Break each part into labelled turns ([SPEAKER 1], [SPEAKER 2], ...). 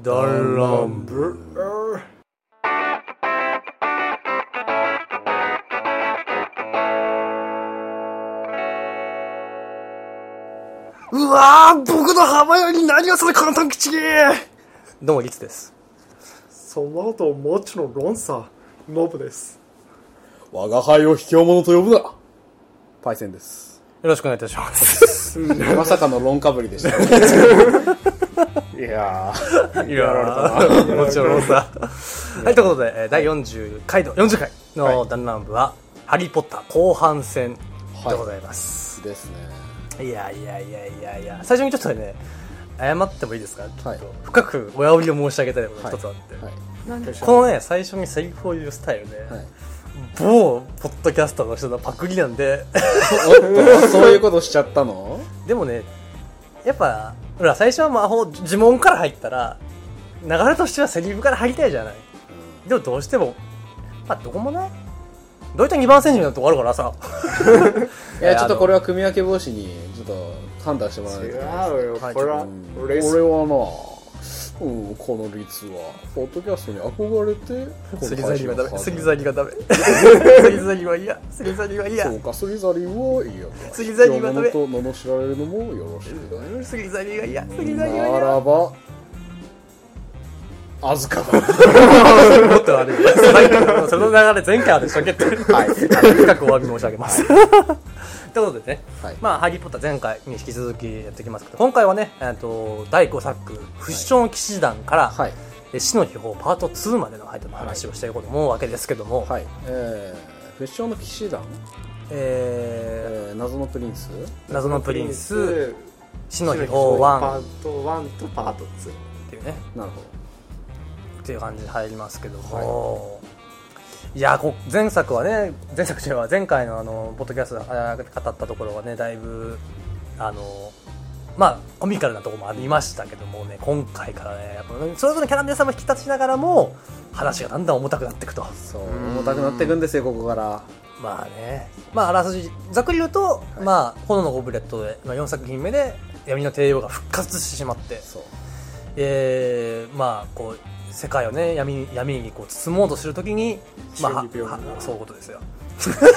[SPEAKER 1] ダンランブうわー僕の浜より何がそれ簡単口どうもリツです
[SPEAKER 2] その後もちろんロンさんノブです
[SPEAKER 3] 我が輩を卑怯者と呼ぶな。パイセンです。
[SPEAKER 1] よろしくお願いいたします
[SPEAKER 3] まさかの論かぶりでした、いや
[SPEAKER 1] やられたなもちろんさはいということでえー第40回の40回のダンランブは「ハリー・ポッター」後半戦でございます、
[SPEAKER 3] ー。ですね。
[SPEAKER 1] いやいやいやいやいや最初にちょっとね謝ってもいいですか、ちょっ
[SPEAKER 3] はい
[SPEAKER 1] と深く親折りを申し上げたいことが一つあって、
[SPEAKER 3] はい。
[SPEAKER 1] このね最初にセリフを言うスタイルで、
[SPEAKER 3] はい、
[SPEAKER 1] 某ポッドキャスターの人のパクリなんで
[SPEAKER 3] おっと、そういうことしちゃったの
[SPEAKER 1] でもねやっぱほら最初は魔法呪文から入ったら流れとしてはセリフから入りたいじゃないでもどうしてもまあどこもねどういった2番選手のとこあるから さ
[SPEAKER 3] いや、ちょっとこれは組み分け防止に、ちょっと判断してもらわないといけない。
[SPEAKER 2] よ
[SPEAKER 1] はい
[SPEAKER 3] うん俺はな、うん、この率は、ポッドキャストに憧れて、
[SPEAKER 1] スリザリーは ダメスリザ
[SPEAKER 3] リ
[SPEAKER 1] リーはダメ スリザリーは嫌スリザリーは嫌
[SPEAKER 3] そうか、スリザリーはいいよ。
[SPEAKER 1] スリザリーはダメ
[SPEAKER 3] 卑怯者と罵られるのもよろしくね。
[SPEAKER 1] 杉谷が嫌杉
[SPEAKER 3] な
[SPEAKER 1] 谷が嫌
[SPEAKER 3] らば、あずかだ。
[SPEAKER 1] もっと悪いはいその流れ前回はでしょけってはい深くお詫び申し上げ ますということでね、
[SPEAKER 3] はい
[SPEAKER 1] まあ、ハリー・ポッター前回に引き続きやっていきますけど、今回はね、えっと、第5作、不死鳥騎士団から、
[SPEAKER 3] はい。
[SPEAKER 1] え死の秘宝パート2までの間の話をしていこうと思うわけですけども、
[SPEAKER 3] はい。えー、不死鳥の騎士団、え
[SPEAKER 1] え
[SPEAKER 3] ー、謎のプリンス、
[SPEAKER 1] ー、謎のプリンス、死の秘宝1
[SPEAKER 2] パ
[SPEAKER 1] っ
[SPEAKER 2] ート1とパート2
[SPEAKER 1] ていうね、
[SPEAKER 3] なるほど。
[SPEAKER 1] っていう感じで入りますけども、い、やこ前作はね前作では前回のあのポッドキャストであ語ったところはねだいぶあのまあコミカルなところもありましたけどもね今回からねやっぱそれぞれのキャラの皆さんも引き立ちながらも話がだんだん重たくなっていくと
[SPEAKER 3] そう、重たくなっていくんですよ、ここから。
[SPEAKER 1] まあねまああらすじざっくり言うと、まあ炎のゴブレットで、まあ、4作品目で闇の帝王が復活してしまって
[SPEAKER 3] そう。
[SPEAKER 1] えーまあこう世界をね闇闇にこう包もうとするときに、まあ、は
[SPEAKER 2] 中二病な
[SPEAKER 1] はそういうことですよ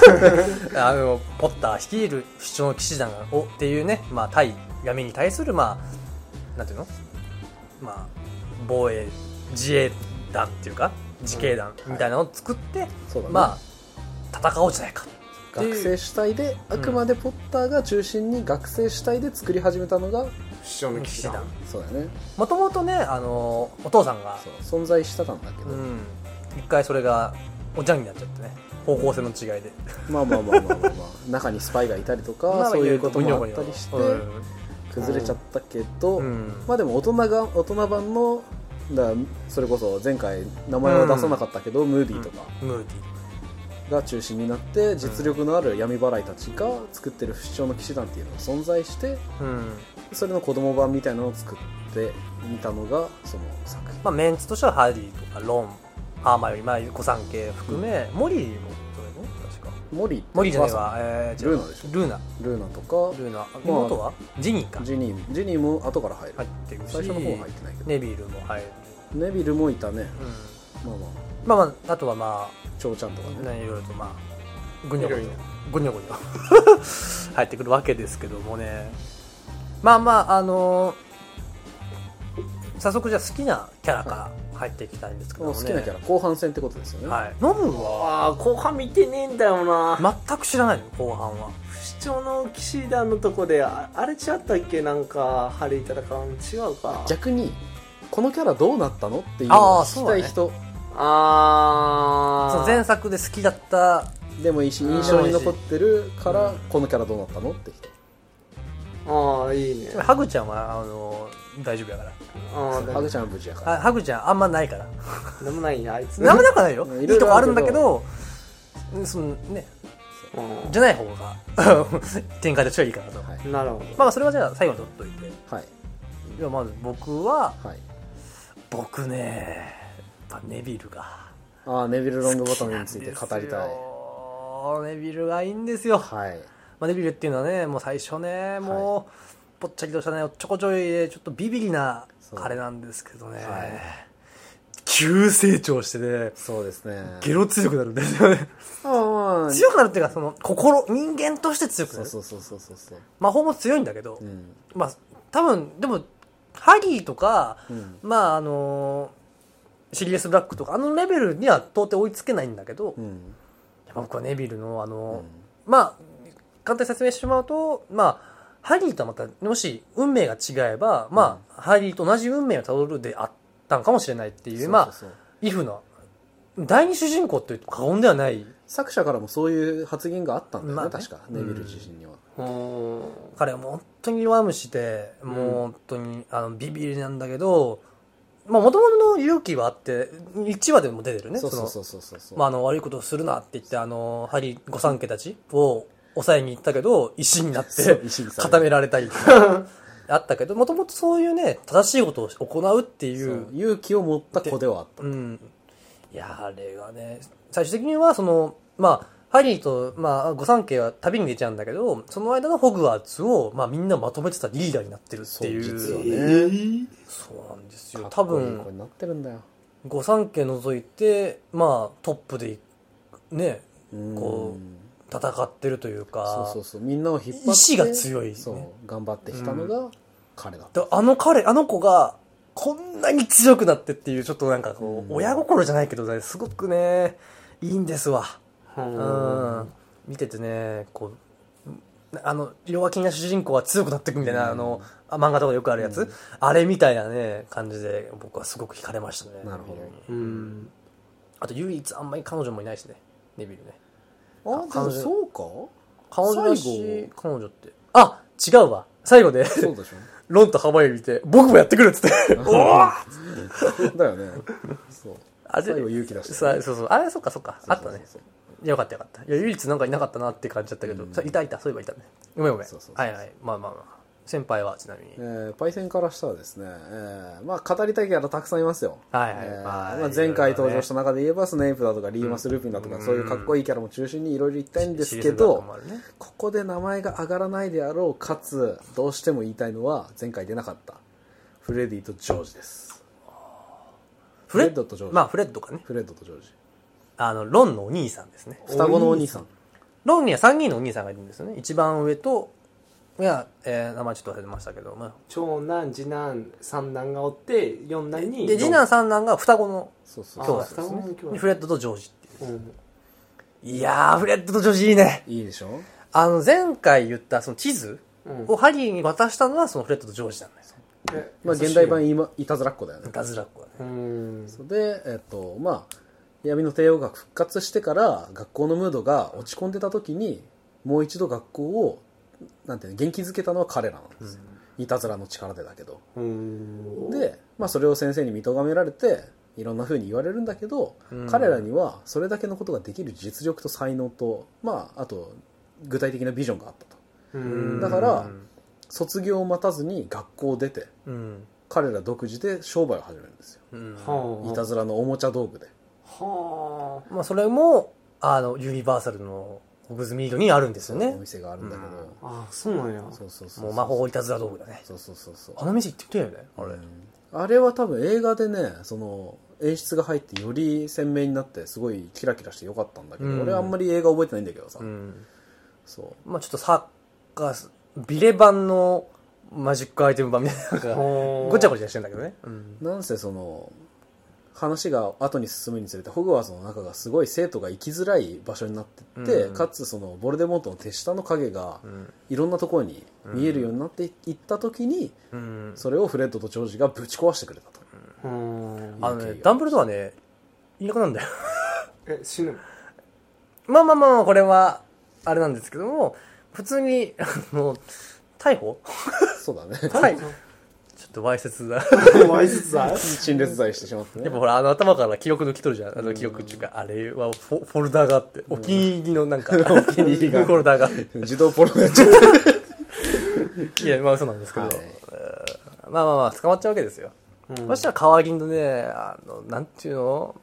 [SPEAKER 1] あのポッター率いる主張の騎士団をっていうね、まあ、対闇に対するまあなんていうの、まあ、防衛自衛団っていうか自警団みたいなのを作って、
[SPEAKER 3] そうだね
[SPEAKER 1] まあ戦おうじゃないか
[SPEAKER 3] 学生主体で、あくまでポッターが中心に学生主体で作り始めたのが、
[SPEAKER 2] 不死鳥の騎士団
[SPEAKER 3] そうだよね。
[SPEAKER 1] もともとねあのお父さんが
[SPEAKER 3] そう、存在してたんだけど。
[SPEAKER 1] うん一回それがおじゃんになっちゃってね方向性の違いで
[SPEAKER 3] まあまあまあまあまあ、まあ、中にスパイがいたりとか、
[SPEAKER 1] まあ
[SPEAKER 3] そういうこともあったりして、
[SPEAKER 1] うん
[SPEAKER 3] 崩れちゃったけど、
[SPEAKER 1] うん
[SPEAKER 3] まあでも大人が大人版のだそれこそ前回名前は出さなかったけど、ムーディーとか
[SPEAKER 1] ムーデ
[SPEAKER 3] が中心になって実力のある闇払いたちが作ってる不死鳥の騎士団っていうのが存在して
[SPEAKER 1] ィうん
[SPEAKER 3] それの子供版みたいなのを作ってみたのがその作品
[SPEAKER 1] まあメンツとしてはハリーとかロンハーマイオリーまあ古参系含め、モリーもそうだよね確か
[SPEAKER 3] モリーって
[SPEAKER 1] モリーじゃない
[SPEAKER 3] お母
[SPEAKER 1] わ、えー、違う
[SPEAKER 3] ルーナでしょ
[SPEAKER 1] ルーナ
[SPEAKER 3] さんルーナとか
[SPEAKER 1] ルーナ妹は、ジニーか
[SPEAKER 3] ジニージニーも後から入る、
[SPEAKER 1] 入ってるし
[SPEAKER 3] 最初の方は入ってないけど、
[SPEAKER 1] ネビルも入る、
[SPEAKER 3] ネビルもいたね
[SPEAKER 1] うん、
[SPEAKER 3] まあま
[SPEAKER 1] まあまああとはま
[SPEAKER 3] あチョウちゃんとか
[SPEAKER 1] あ
[SPEAKER 3] ね
[SPEAKER 1] ねいろいろとまあぐにょぐにょ
[SPEAKER 2] いろいろ
[SPEAKER 1] ぐにょぐ にょ入ってくるわけですけどもねまあまああのー早速じゃあ好きなキャラから入っていきたいんですけど
[SPEAKER 3] もう
[SPEAKER 1] も
[SPEAKER 3] 好
[SPEAKER 1] ね、
[SPEAKER 3] きなキャラ後半戦ってことですよね、
[SPEAKER 1] はい、ノブは
[SPEAKER 4] ああ後半見てねえんだよな、
[SPEAKER 1] 全く知らないの後半は
[SPEAKER 4] 不死鳥の騎士団のとこでああれ違ったっけなんかハリー戦うの違うか
[SPEAKER 3] 逆にこのキャラどうなったのっていうの
[SPEAKER 1] あ
[SPEAKER 3] を
[SPEAKER 1] ー
[SPEAKER 3] 聞きたい人
[SPEAKER 4] あ
[SPEAKER 1] そ
[SPEAKER 4] あ
[SPEAKER 1] の前作で好きだった
[SPEAKER 3] でもいいし
[SPEAKER 4] うん
[SPEAKER 3] 印象に残ってるから
[SPEAKER 1] うん
[SPEAKER 3] このキャラどうなったのって人
[SPEAKER 4] ああいいね
[SPEAKER 1] ハグちゃんはあの大丈夫やか
[SPEAKER 4] ああ
[SPEAKER 3] ハグちゃんは無事やから
[SPEAKER 1] らあハグちゃんあんまない から
[SPEAKER 4] でもないねあいつ
[SPEAKER 1] なんもなくないよ
[SPEAKER 3] うん
[SPEAKER 1] いい
[SPEAKER 3] いろい
[SPEAKER 1] とこ
[SPEAKER 3] ろ
[SPEAKER 1] あ
[SPEAKER 3] あ
[SPEAKER 1] る
[SPEAKER 3] る
[SPEAKER 1] ん
[SPEAKER 3] けど
[SPEAKER 1] だけどうんそのね
[SPEAKER 4] うん
[SPEAKER 1] じゃない方が 展開としてはいいかなと、
[SPEAKER 3] はい
[SPEAKER 4] なるほど、
[SPEAKER 1] まあそれはじゃあ最後に取っといて
[SPEAKER 3] はい
[SPEAKER 1] じゃあまず僕は
[SPEAKER 3] はい
[SPEAKER 1] 僕ねやっぱネビルが
[SPEAKER 3] ああネビル・ロングボトムについて語りたい
[SPEAKER 1] いネビルがいいんですよ
[SPEAKER 3] はい
[SPEAKER 1] まあ、ネビルっていうのはねもう最初ねもう、ぽっちゃりとしたねおっちょこちょいでちょっとビビりな
[SPEAKER 3] そう
[SPEAKER 1] あれなんですけどね、
[SPEAKER 3] はい
[SPEAKER 1] 急成長してね
[SPEAKER 3] そうですね
[SPEAKER 1] ゲロ強くなるんですよね
[SPEAKER 3] まあまあ
[SPEAKER 1] 強くなるっていうかその心人間として強くな
[SPEAKER 3] そ
[SPEAKER 1] る
[SPEAKER 3] うそうそうそうそうそう
[SPEAKER 1] 魔法も強いんだけど、
[SPEAKER 3] うん
[SPEAKER 1] まあ多分でもハリーとか、
[SPEAKER 3] うん
[SPEAKER 1] まああのシリアス・ブラックとかあのレベルには到底追いつけないんだけど、
[SPEAKER 3] うん
[SPEAKER 1] 僕はネビルのあの、
[SPEAKER 3] う
[SPEAKER 1] まあ簡単に説明してしまうとまあハリーとはまたもし運命が違えば、まあハリーと同じ運命をたどるであったのかもしれないっていう
[SPEAKER 3] そう
[SPEAKER 1] まあ
[SPEAKER 3] そうそう
[SPEAKER 1] イフの第二主人公というと過言ではない
[SPEAKER 3] 作者からもそういう発言があったんだよね、
[SPEAKER 1] まあね
[SPEAKER 3] 確かネビル自身には、
[SPEAKER 4] うんうん
[SPEAKER 1] 彼はもう本当に弱虫でもう本当にあのビビりなんだけどまあ元々の勇気はあって1話でも出てるね
[SPEAKER 3] そうそう
[SPEAKER 1] の
[SPEAKER 3] そうそうそうそう
[SPEAKER 1] まあ、あの悪いことをするなって言ってあのハリー御三家たちを抑えに行ったけど石になっ
[SPEAKER 3] そう
[SPEAKER 1] て
[SPEAKER 3] 石にされる
[SPEAKER 1] 固められたりと かあったけどもともとそういうね正しいことを行うってい
[SPEAKER 3] そうう勇気を持った子ではあった
[SPEAKER 1] うん、いやあれがね最終的にはそのまあハリーと、まあ、御三家は旅に出ちゃうんだけどその間のホグワーツを、まあ、みんなまとめてたリーダーになってるっていう
[SPEAKER 3] そう実は
[SPEAKER 1] そう,、
[SPEAKER 3] ね
[SPEAKER 1] なんですよ
[SPEAKER 3] か
[SPEAKER 1] 多
[SPEAKER 3] っこいい
[SPEAKER 1] 分
[SPEAKER 3] 子になってるんだよ
[SPEAKER 1] 御三家除いて、まあ、トップでねこ
[SPEAKER 3] うん
[SPEAKER 1] 戦ってるというか
[SPEAKER 3] そうそうそうみんなを引っ張って
[SPEAKER 1] 意志が強いね
[SPEAKER 3] そう頑張ってきたのが彼だった、
[SPEAKER 1] であの彼あの子がこんなに強くなってっていうちょっとなんかこう、
[SPEAKER 3] うん
[SPEAKER 1] 親心じゃないけどねすごくねいいんですわうん、見ててねこうあの弱気な主人公は強くなっていくみたいな、
[SPEAKER 3] うん
[SPEAKER 1] あのあ漫画とかよくあるやつ、
[SPEAKER 3] うん
[SPEAKER 1] あれみたいなね感じで僕はすごく惹かれましたね
[SPEAKER 3] なるほ
[SPEAKER 4] う
[SPEAKER 3] ど
[SPEAKER 4] ん
[SPEAKER 1] あと唯一あんまり彼女もいないしねネビルね
[SPEAKER 3] あでもそうか
[SPEAKER 1] 彼女だし
[SPEAKER 3] 最後
[SPEAKER 1] 彼女ってあ違うわ最後 で
[SPEAKER 3] そうでし
[SPEAKER 1] ロンと濱家見て僕もやってくるっつってお お
[SPEAKER 3] ょだよねそう
[SPEAKER 1] あれ
[SPEAKER 3] 最後勇気出した
[SPEAKER 1] さそうそうあれそっかそっか あったね
[SPEAKER 3] そうそう
[SPEAKER 1] よかったよかったいや唯一なんかいなかったなって感じだったけど、
[SPEAKER 3] うん
[SPEAKER 1] さいたいたそういえばいたねごめんごめん
[SPEAKER 3] そうそうそうそう
[SPEAKER 1] はいはいまあまあまあ先輩はちなみに、
[SPEAKER 3] えーパイセンからしたらですね、えーまあ、語りたいキャラたくさんいますよ、
[SPEAKER 1] はいはい
[SPEAKER 3] えー
[SPEAKER 1] まあ
[SPEAKER 3] まあ、前回登場した中で言えばスネイプだとかリーマス・ルーピンだとか、そういうかっこいいキャラも中心にいろいろ言いたいんですけど、ここで名前が上がらないであろうかつどうしても言いたいのは前回出なかったフレディとジョージです
[SPEAKER 1] フレ
[SPEAKER 3] フレッドとジョージ
[SPEAKER 1] まあフレッドかね
[SPEAKER 3] フレッドとジョージ
[SPEAKER 1] あのロンのお兄さんですね
[SPEAKER 3] 双子のお兄さん
[SPEAKER 1] ロンには3人のお兄さんがいるんですよね一番上といや、えー名前ちょっと忘れましたけど、まあ、
[SPEAKER 4] 長男次男三男がおって四男に
[SPEAKER 1] で次男三男が双子の
[SPEAKER 3] そうそう
[SPEAKER 1] 兄
[SPEAKER 3] そう
[SPEAKER 1] 弟
[SPEAKER 4] あ双子の兄弟
[SPEAKER 1] フレッドとジョージって
[SPEAKER 4] うん
[SPEAKER 1] いういやーフレッドとジョージいいね
[SPEAKER 3] いいでしょ
[SPEAKER 1] あの前回言ったその地図
[SPEAKER 4] うん
[SPEAKER 1] をハリーに渡したのはそのフレッドとジョージなんだよ
[SPEAKER 4] え
[SPEAKER 3] まあ現代版今いたずらっ子だよね
[SPEAKER 1] いたずらっ子はね
[SPEAKER 4] うん
[SPEAKER 3] そうでえっとまあ闇の帝王が復活してから学校のムードが落ち込んでた時にもう一度学校をなんていうの元気づけたのは彼らなんですよ、いたずらの力でだけど
[SPEAKER 4] うん
[SPEAKER 3] で、まあ、それを先生に見とがめられていろんな風に言われるんだけど、
[SPEAKER 1] うん
[SPEAKER 3] 彼らにはそれだけのことができる実力と才能と、まあ、あと具体的なビジョンがあったと
[SPEAKER 4] うん
[SPEAKER 3] だから卒業を待たずに学校を出て
[SPEAKER 1] うん
[SPEAKER 3] 彼ら独自で商売を始めるんですよ
[SPEAKER 1] うん
[SPEAKER 4] はい
[SPEAKER 3] たずらのおもちゃ道具で
[SPEAKER 4] あは
[SPEAKER 1] まあそれもあのユニバーサルのホグズミードにあるんですよね
[SPEAKER 3] お店があるんだけど、
[SPEAKER 4] あああそうなんや
[SPEAKER 3] そうそうそう
[SPEAKER 1] もう魔法いたずら道具だね
[SPEAKER 3] そうそうそうそう
[SPEAKER 1] あの店行ってみたいよねあれ
[SPEAKER 3] あれは多分映画でねその演出が入ってより鮮明になってすごいキラキラしてよかったんだけど、
[SPEAKER 1] うん
[SPEAKER 3] 俺あんまり映画覚えてないんだけどさ、
[SPEAKER 1] うん
[SPEAKER 3] そう
[SPEAKER 1] まあちょっとサッカービレ版のマジックアイテム版みたいなのがご
[SPEAKER 4] ご
[SPEAKER 1] ちゃ
[SPEAKER 4] ご
[SPEAKER 1] ごちゃしてんだけどねうん
[SPEAKER 3] なんせその話が後に進むにつれてホグワーツの中がすごい生徒が行きづらい場所になってって、
[SPEAKER 1] うん
[SPEAKER 3] かつそのボルデモートの手下の影が
[SPEAKER 1] ん
[SPEAKER 3] いろんなところに見えるようになっていった時に、
[SPEAKER 1] うん
[SPEAKER 3] それをフレッドとジョージがぶち壊してくれたと、
[SPEAKER 4] うん
[SPEAKER 1] あのねダンブルドアねいなくなるんだよ
[SPEAKER 4] え死ぬ
[SPEAKER 1] まあまあまあまあこれはあれなんですけども普通にあの逮捕
[SPEAKER 3] そう だね
[SPEAKER 1] はいちょっとわいせつ だ
[SPEAKER 4] わいせつだ
[SPEAKER 3] 陳列罪してしまって
[SPEAKER 1] やっ
[SPEAKER 3] ね
[SPEAKER 1] ぱほら、あの頭から記録抜き取るじゃん。あの記録っていうか、あれはフォフォルダーがあって、お気に入りのなんか、 お気に入りのフォルダーがあって。
[SPEAKER 3] 自動ポロになっちゃって
[SPEAKER 1] いや、まあ嘘なんですけど。
[SPEAKER 3] はい
[SPEAKER 1] えーまあまあまあ、捕まっちゃうわけですよ。そしたら、革銀のね、あの、なんていうの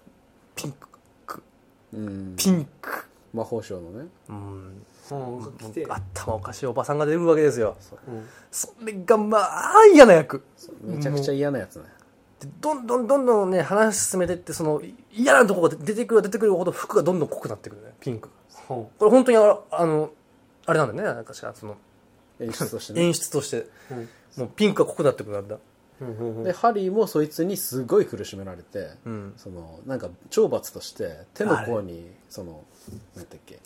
[SPEAKER 1] ピンク、
[SPEAKER 3] うん
[SPEAKER 1] ピンク、
[SPEAKER 3] 魔法省のね
[SPEAKER 1] うん
[SPEAKER 4] うん、来て、
[SPEAKER 1] 頭おかしいおばさんが出るわけですよ
[SPEAKER 4] うん、
[SPEAKER 1] それがまあ嫌な役
[SPEAKER 3] めちゃくちゃ嫌なやつね
[SPEAKER 1] でどんどんどんどんね話進めてってそのい嫌なとこが出てくる出てくるほど服がどんどん濃くなってくるねピンク
[SPEAKER 4] ほ
[SPEAKER 1] これ本当にああのあれなんだねなんかしらその
[SPEAKER 3] 演出としてね
[SPEAKER 1] 演出として
[SPEAKER 4] う、うん
[SPEAKER 1] もうピンクが濃くなってくるんだ
[SPEAKER 4] うんうんうん
[SPEAKER 3] でハリーもそいつにすごい苦しめられて、
[SPEAKER 1] うん
[SPEAKER 3] そのなんか懲罰として手の甲にそのなんだっけ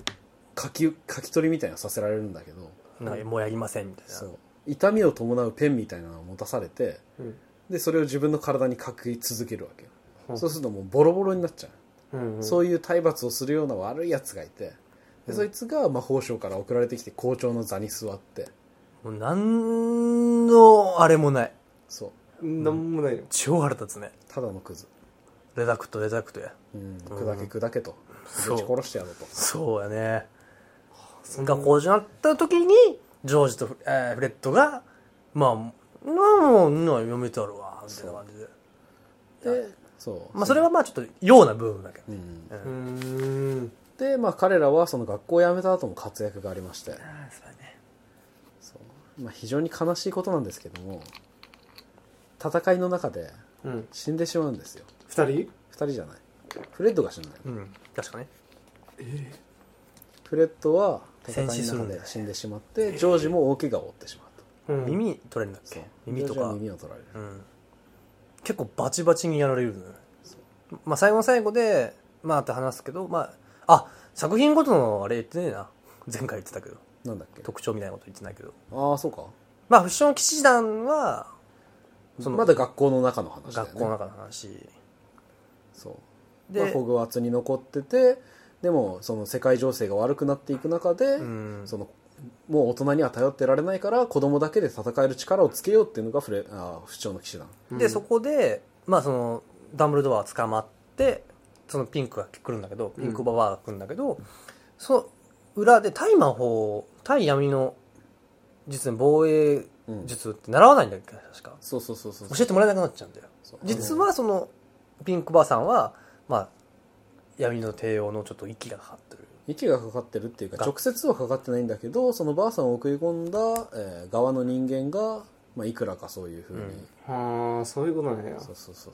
[SPEAKER 3] 書き書き取りみたいなのさせられるんだけど
[SPEAKER 1] なんかもうやりませんみたいな
[SPEAKER 3] そう痛みを伴うペンみたいなのを持たされて
[SPEAKER 4] うん
[SPEAKER 3] でそれを自分の体に書き続けるわけよ、
[SPEAKER 4] うん
[SPEAKER 3] そうするともうボロボロになっちゃう、
[SPEAKER 4] うんうん
[SPEAKER 3] そういう体罰をするような悪いやつがいてでそいつが魔法省から送られてきて校長の座に座って
[SPEAKER 1] もう何のあれもない
[SPEAKER 3] そう
[SPEAKER 4] なんもないよ
[SPEAKER 1] 超腹立つね
[SPEAKER 3] ただのクズ、
[SPEAKER 1] レダクトレダクトや
[SPEAKER 3] うん、砕け砕けと
[SPEAKER 1] そう
[SPEAKER 3] ぶち殺してやろうと
[SPEAKER 1] そうやねがこうじなった時にジョージとフ,、えーフレッドがまあまあもううん読めとるわみたいな感じで
[SPEAKER 3] でそう、
[SPEAKER 1] まあそれはまあちょっとような部分だけど、
[SPEAKER 3] うん
[SPEAKER 4] うーん
[SPEAKER 3] で、まあ、彼らはその学校を辞めた後も活躍がありまして、そうまあ、非常に悲しいことなんですけども戦いの中で
[SPEAKER 4] うん
[SPEAKER 3] 死んでしまうんですよ
[SPEAKER 4] 二人
[SPEAKER 3] 2人じゃないフレッドが死んだよ
[SPEAKER 1] うん、確かね
[SPEAKER 3] フレッドは戦い
[SPEAKER 1] 戦死する
[SPEAKER 3] の
[SPEAKER 1] ん
[SPEAKER 3] 中
[SPEAKER 1] だよ
[SPEAKER 3] で
[SPEAKER 1] ね
[SPEAKER 3] 死んでしまってジョージも大怪我を負ってしまうと
[SPEAKER 4] うん
[SPEAKER 1] 耳取れるんだっけ耳と
[SPEAKER 3] ジョージは
[SPEAKER 1] か、
[SPEAKER 3] 耳を取られる
[SPEAKER 1] うん、結構バチバチにやられるのよねまあ最後の最後でまあって話すけどまああ作品ごとのあれ言ってねえな前回言ってたけど
[SPEAKER 3] なんだっけ
[SPEAKER 1] 特徴みたいなこと言ってないけど
[SPEAKER 3] ああそうか
[SPEAKER 1] まあ不祥騎士団はその
[SPEAKER 3] まだ学校の中の話だよね
[SPEAKER 1] 学校の中の話
[SPEAKER 3] そう
[SPEAKER 1] で
[SPEAKER 3] で、まあ、ホグワーツに残っててでもその世界情勢が悪くなっていく中で、
[SPEAKER 1] ん
[SPEAKER 3] そのもう大人には頼ってられないから子供だけで戦える力をつけようっていうのがフレあー不調の騎士団
[SPEAKER 1] でそこで、まあ、そのダンブルドア捕まってそのピンクが来るんだけどピンクババアが来るんだけど、その裏で対魔法対闇の実に防衛術って習わないんだっけ確か
[SPEAKER 3] そうそうそうそう
[SPEAKER 1] 教えてもらえなくなっちゃうんだよ
[SPEAKER 3] そう
[SPEAKER 1] 実はそのピンクばあさんは、まあ、闇の帝王のちょっと息がかかってる
[SPEAKER 3] 息がかかってるっていうか
[SPEAKER 1] が
[SPEAKER 3] 直接はかかってないんだけどそのばあさんを送り込んだ、えー側の人間が、まあ、いくらかそういうふうに、
[SPEAKER 1] うん
[SPEAKER 4] はあそういうことなんや
[SPEAKER 3] そうそうそう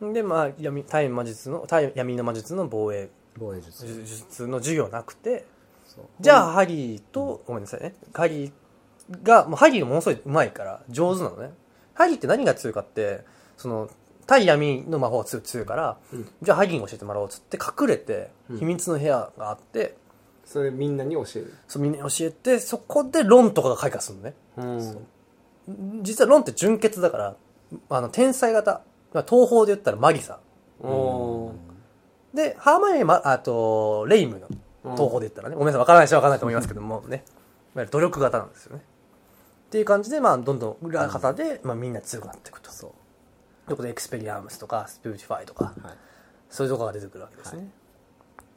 [SPEAKER 3] そう
[SPEAKER 1] で、まあ、闇対魔術の対闇の魔術の防衛
[SPEAKER 3] 防衛術
[SPEAKER 1] 術の授業なくて
[SPEAKER 3] そう
[SPEAKER 1] じゃあ、ハリーと、ごめんなさいね。ハリーが、もうハリーがものすごい上手いから、上手なのね。ハリーって何が強いかって、その、対闇の魔法が強い強いから、
[SPEAKER 4] うん
[SPEAKER 1] じゃあハリーに教えてもらおうっつって隠れて、
[SPEAKER 4] うん
[SPEAKER 1] 秘密の部屋があって、
[SPEAKER 4] それみんなに教える
[SPEAKER 1] そうみんなに教えて、そこでロンとかが開花するのね。
[SPEAKER 4] うん
[SPEAKER 1] 実はロンって純血だから、あの、天才型。まあ東方で言ったらマギさ
[SPEAKER 4] おー
[SPEAKER 1] ん。で、ハーマイオニーま、あと、レイムの
[SPEAKER 4] うん
[SPEAKER 1] 東方で言ったらね、ごめんなさい、わからない人はわからないと思いますけどもね、いわゆる努力型なんですよね。っていう感じで、まあ、どんどん裏方で、まあ、みんな強くなっていくと。
[SPEAKER 3] そ
[SPEAKER 1] ということで、エクスペリアームスとか、スピューティファイとか、
[SPEAKER 3] うはい
[SPEAKER 1] そういうとこが出てくるわけですね。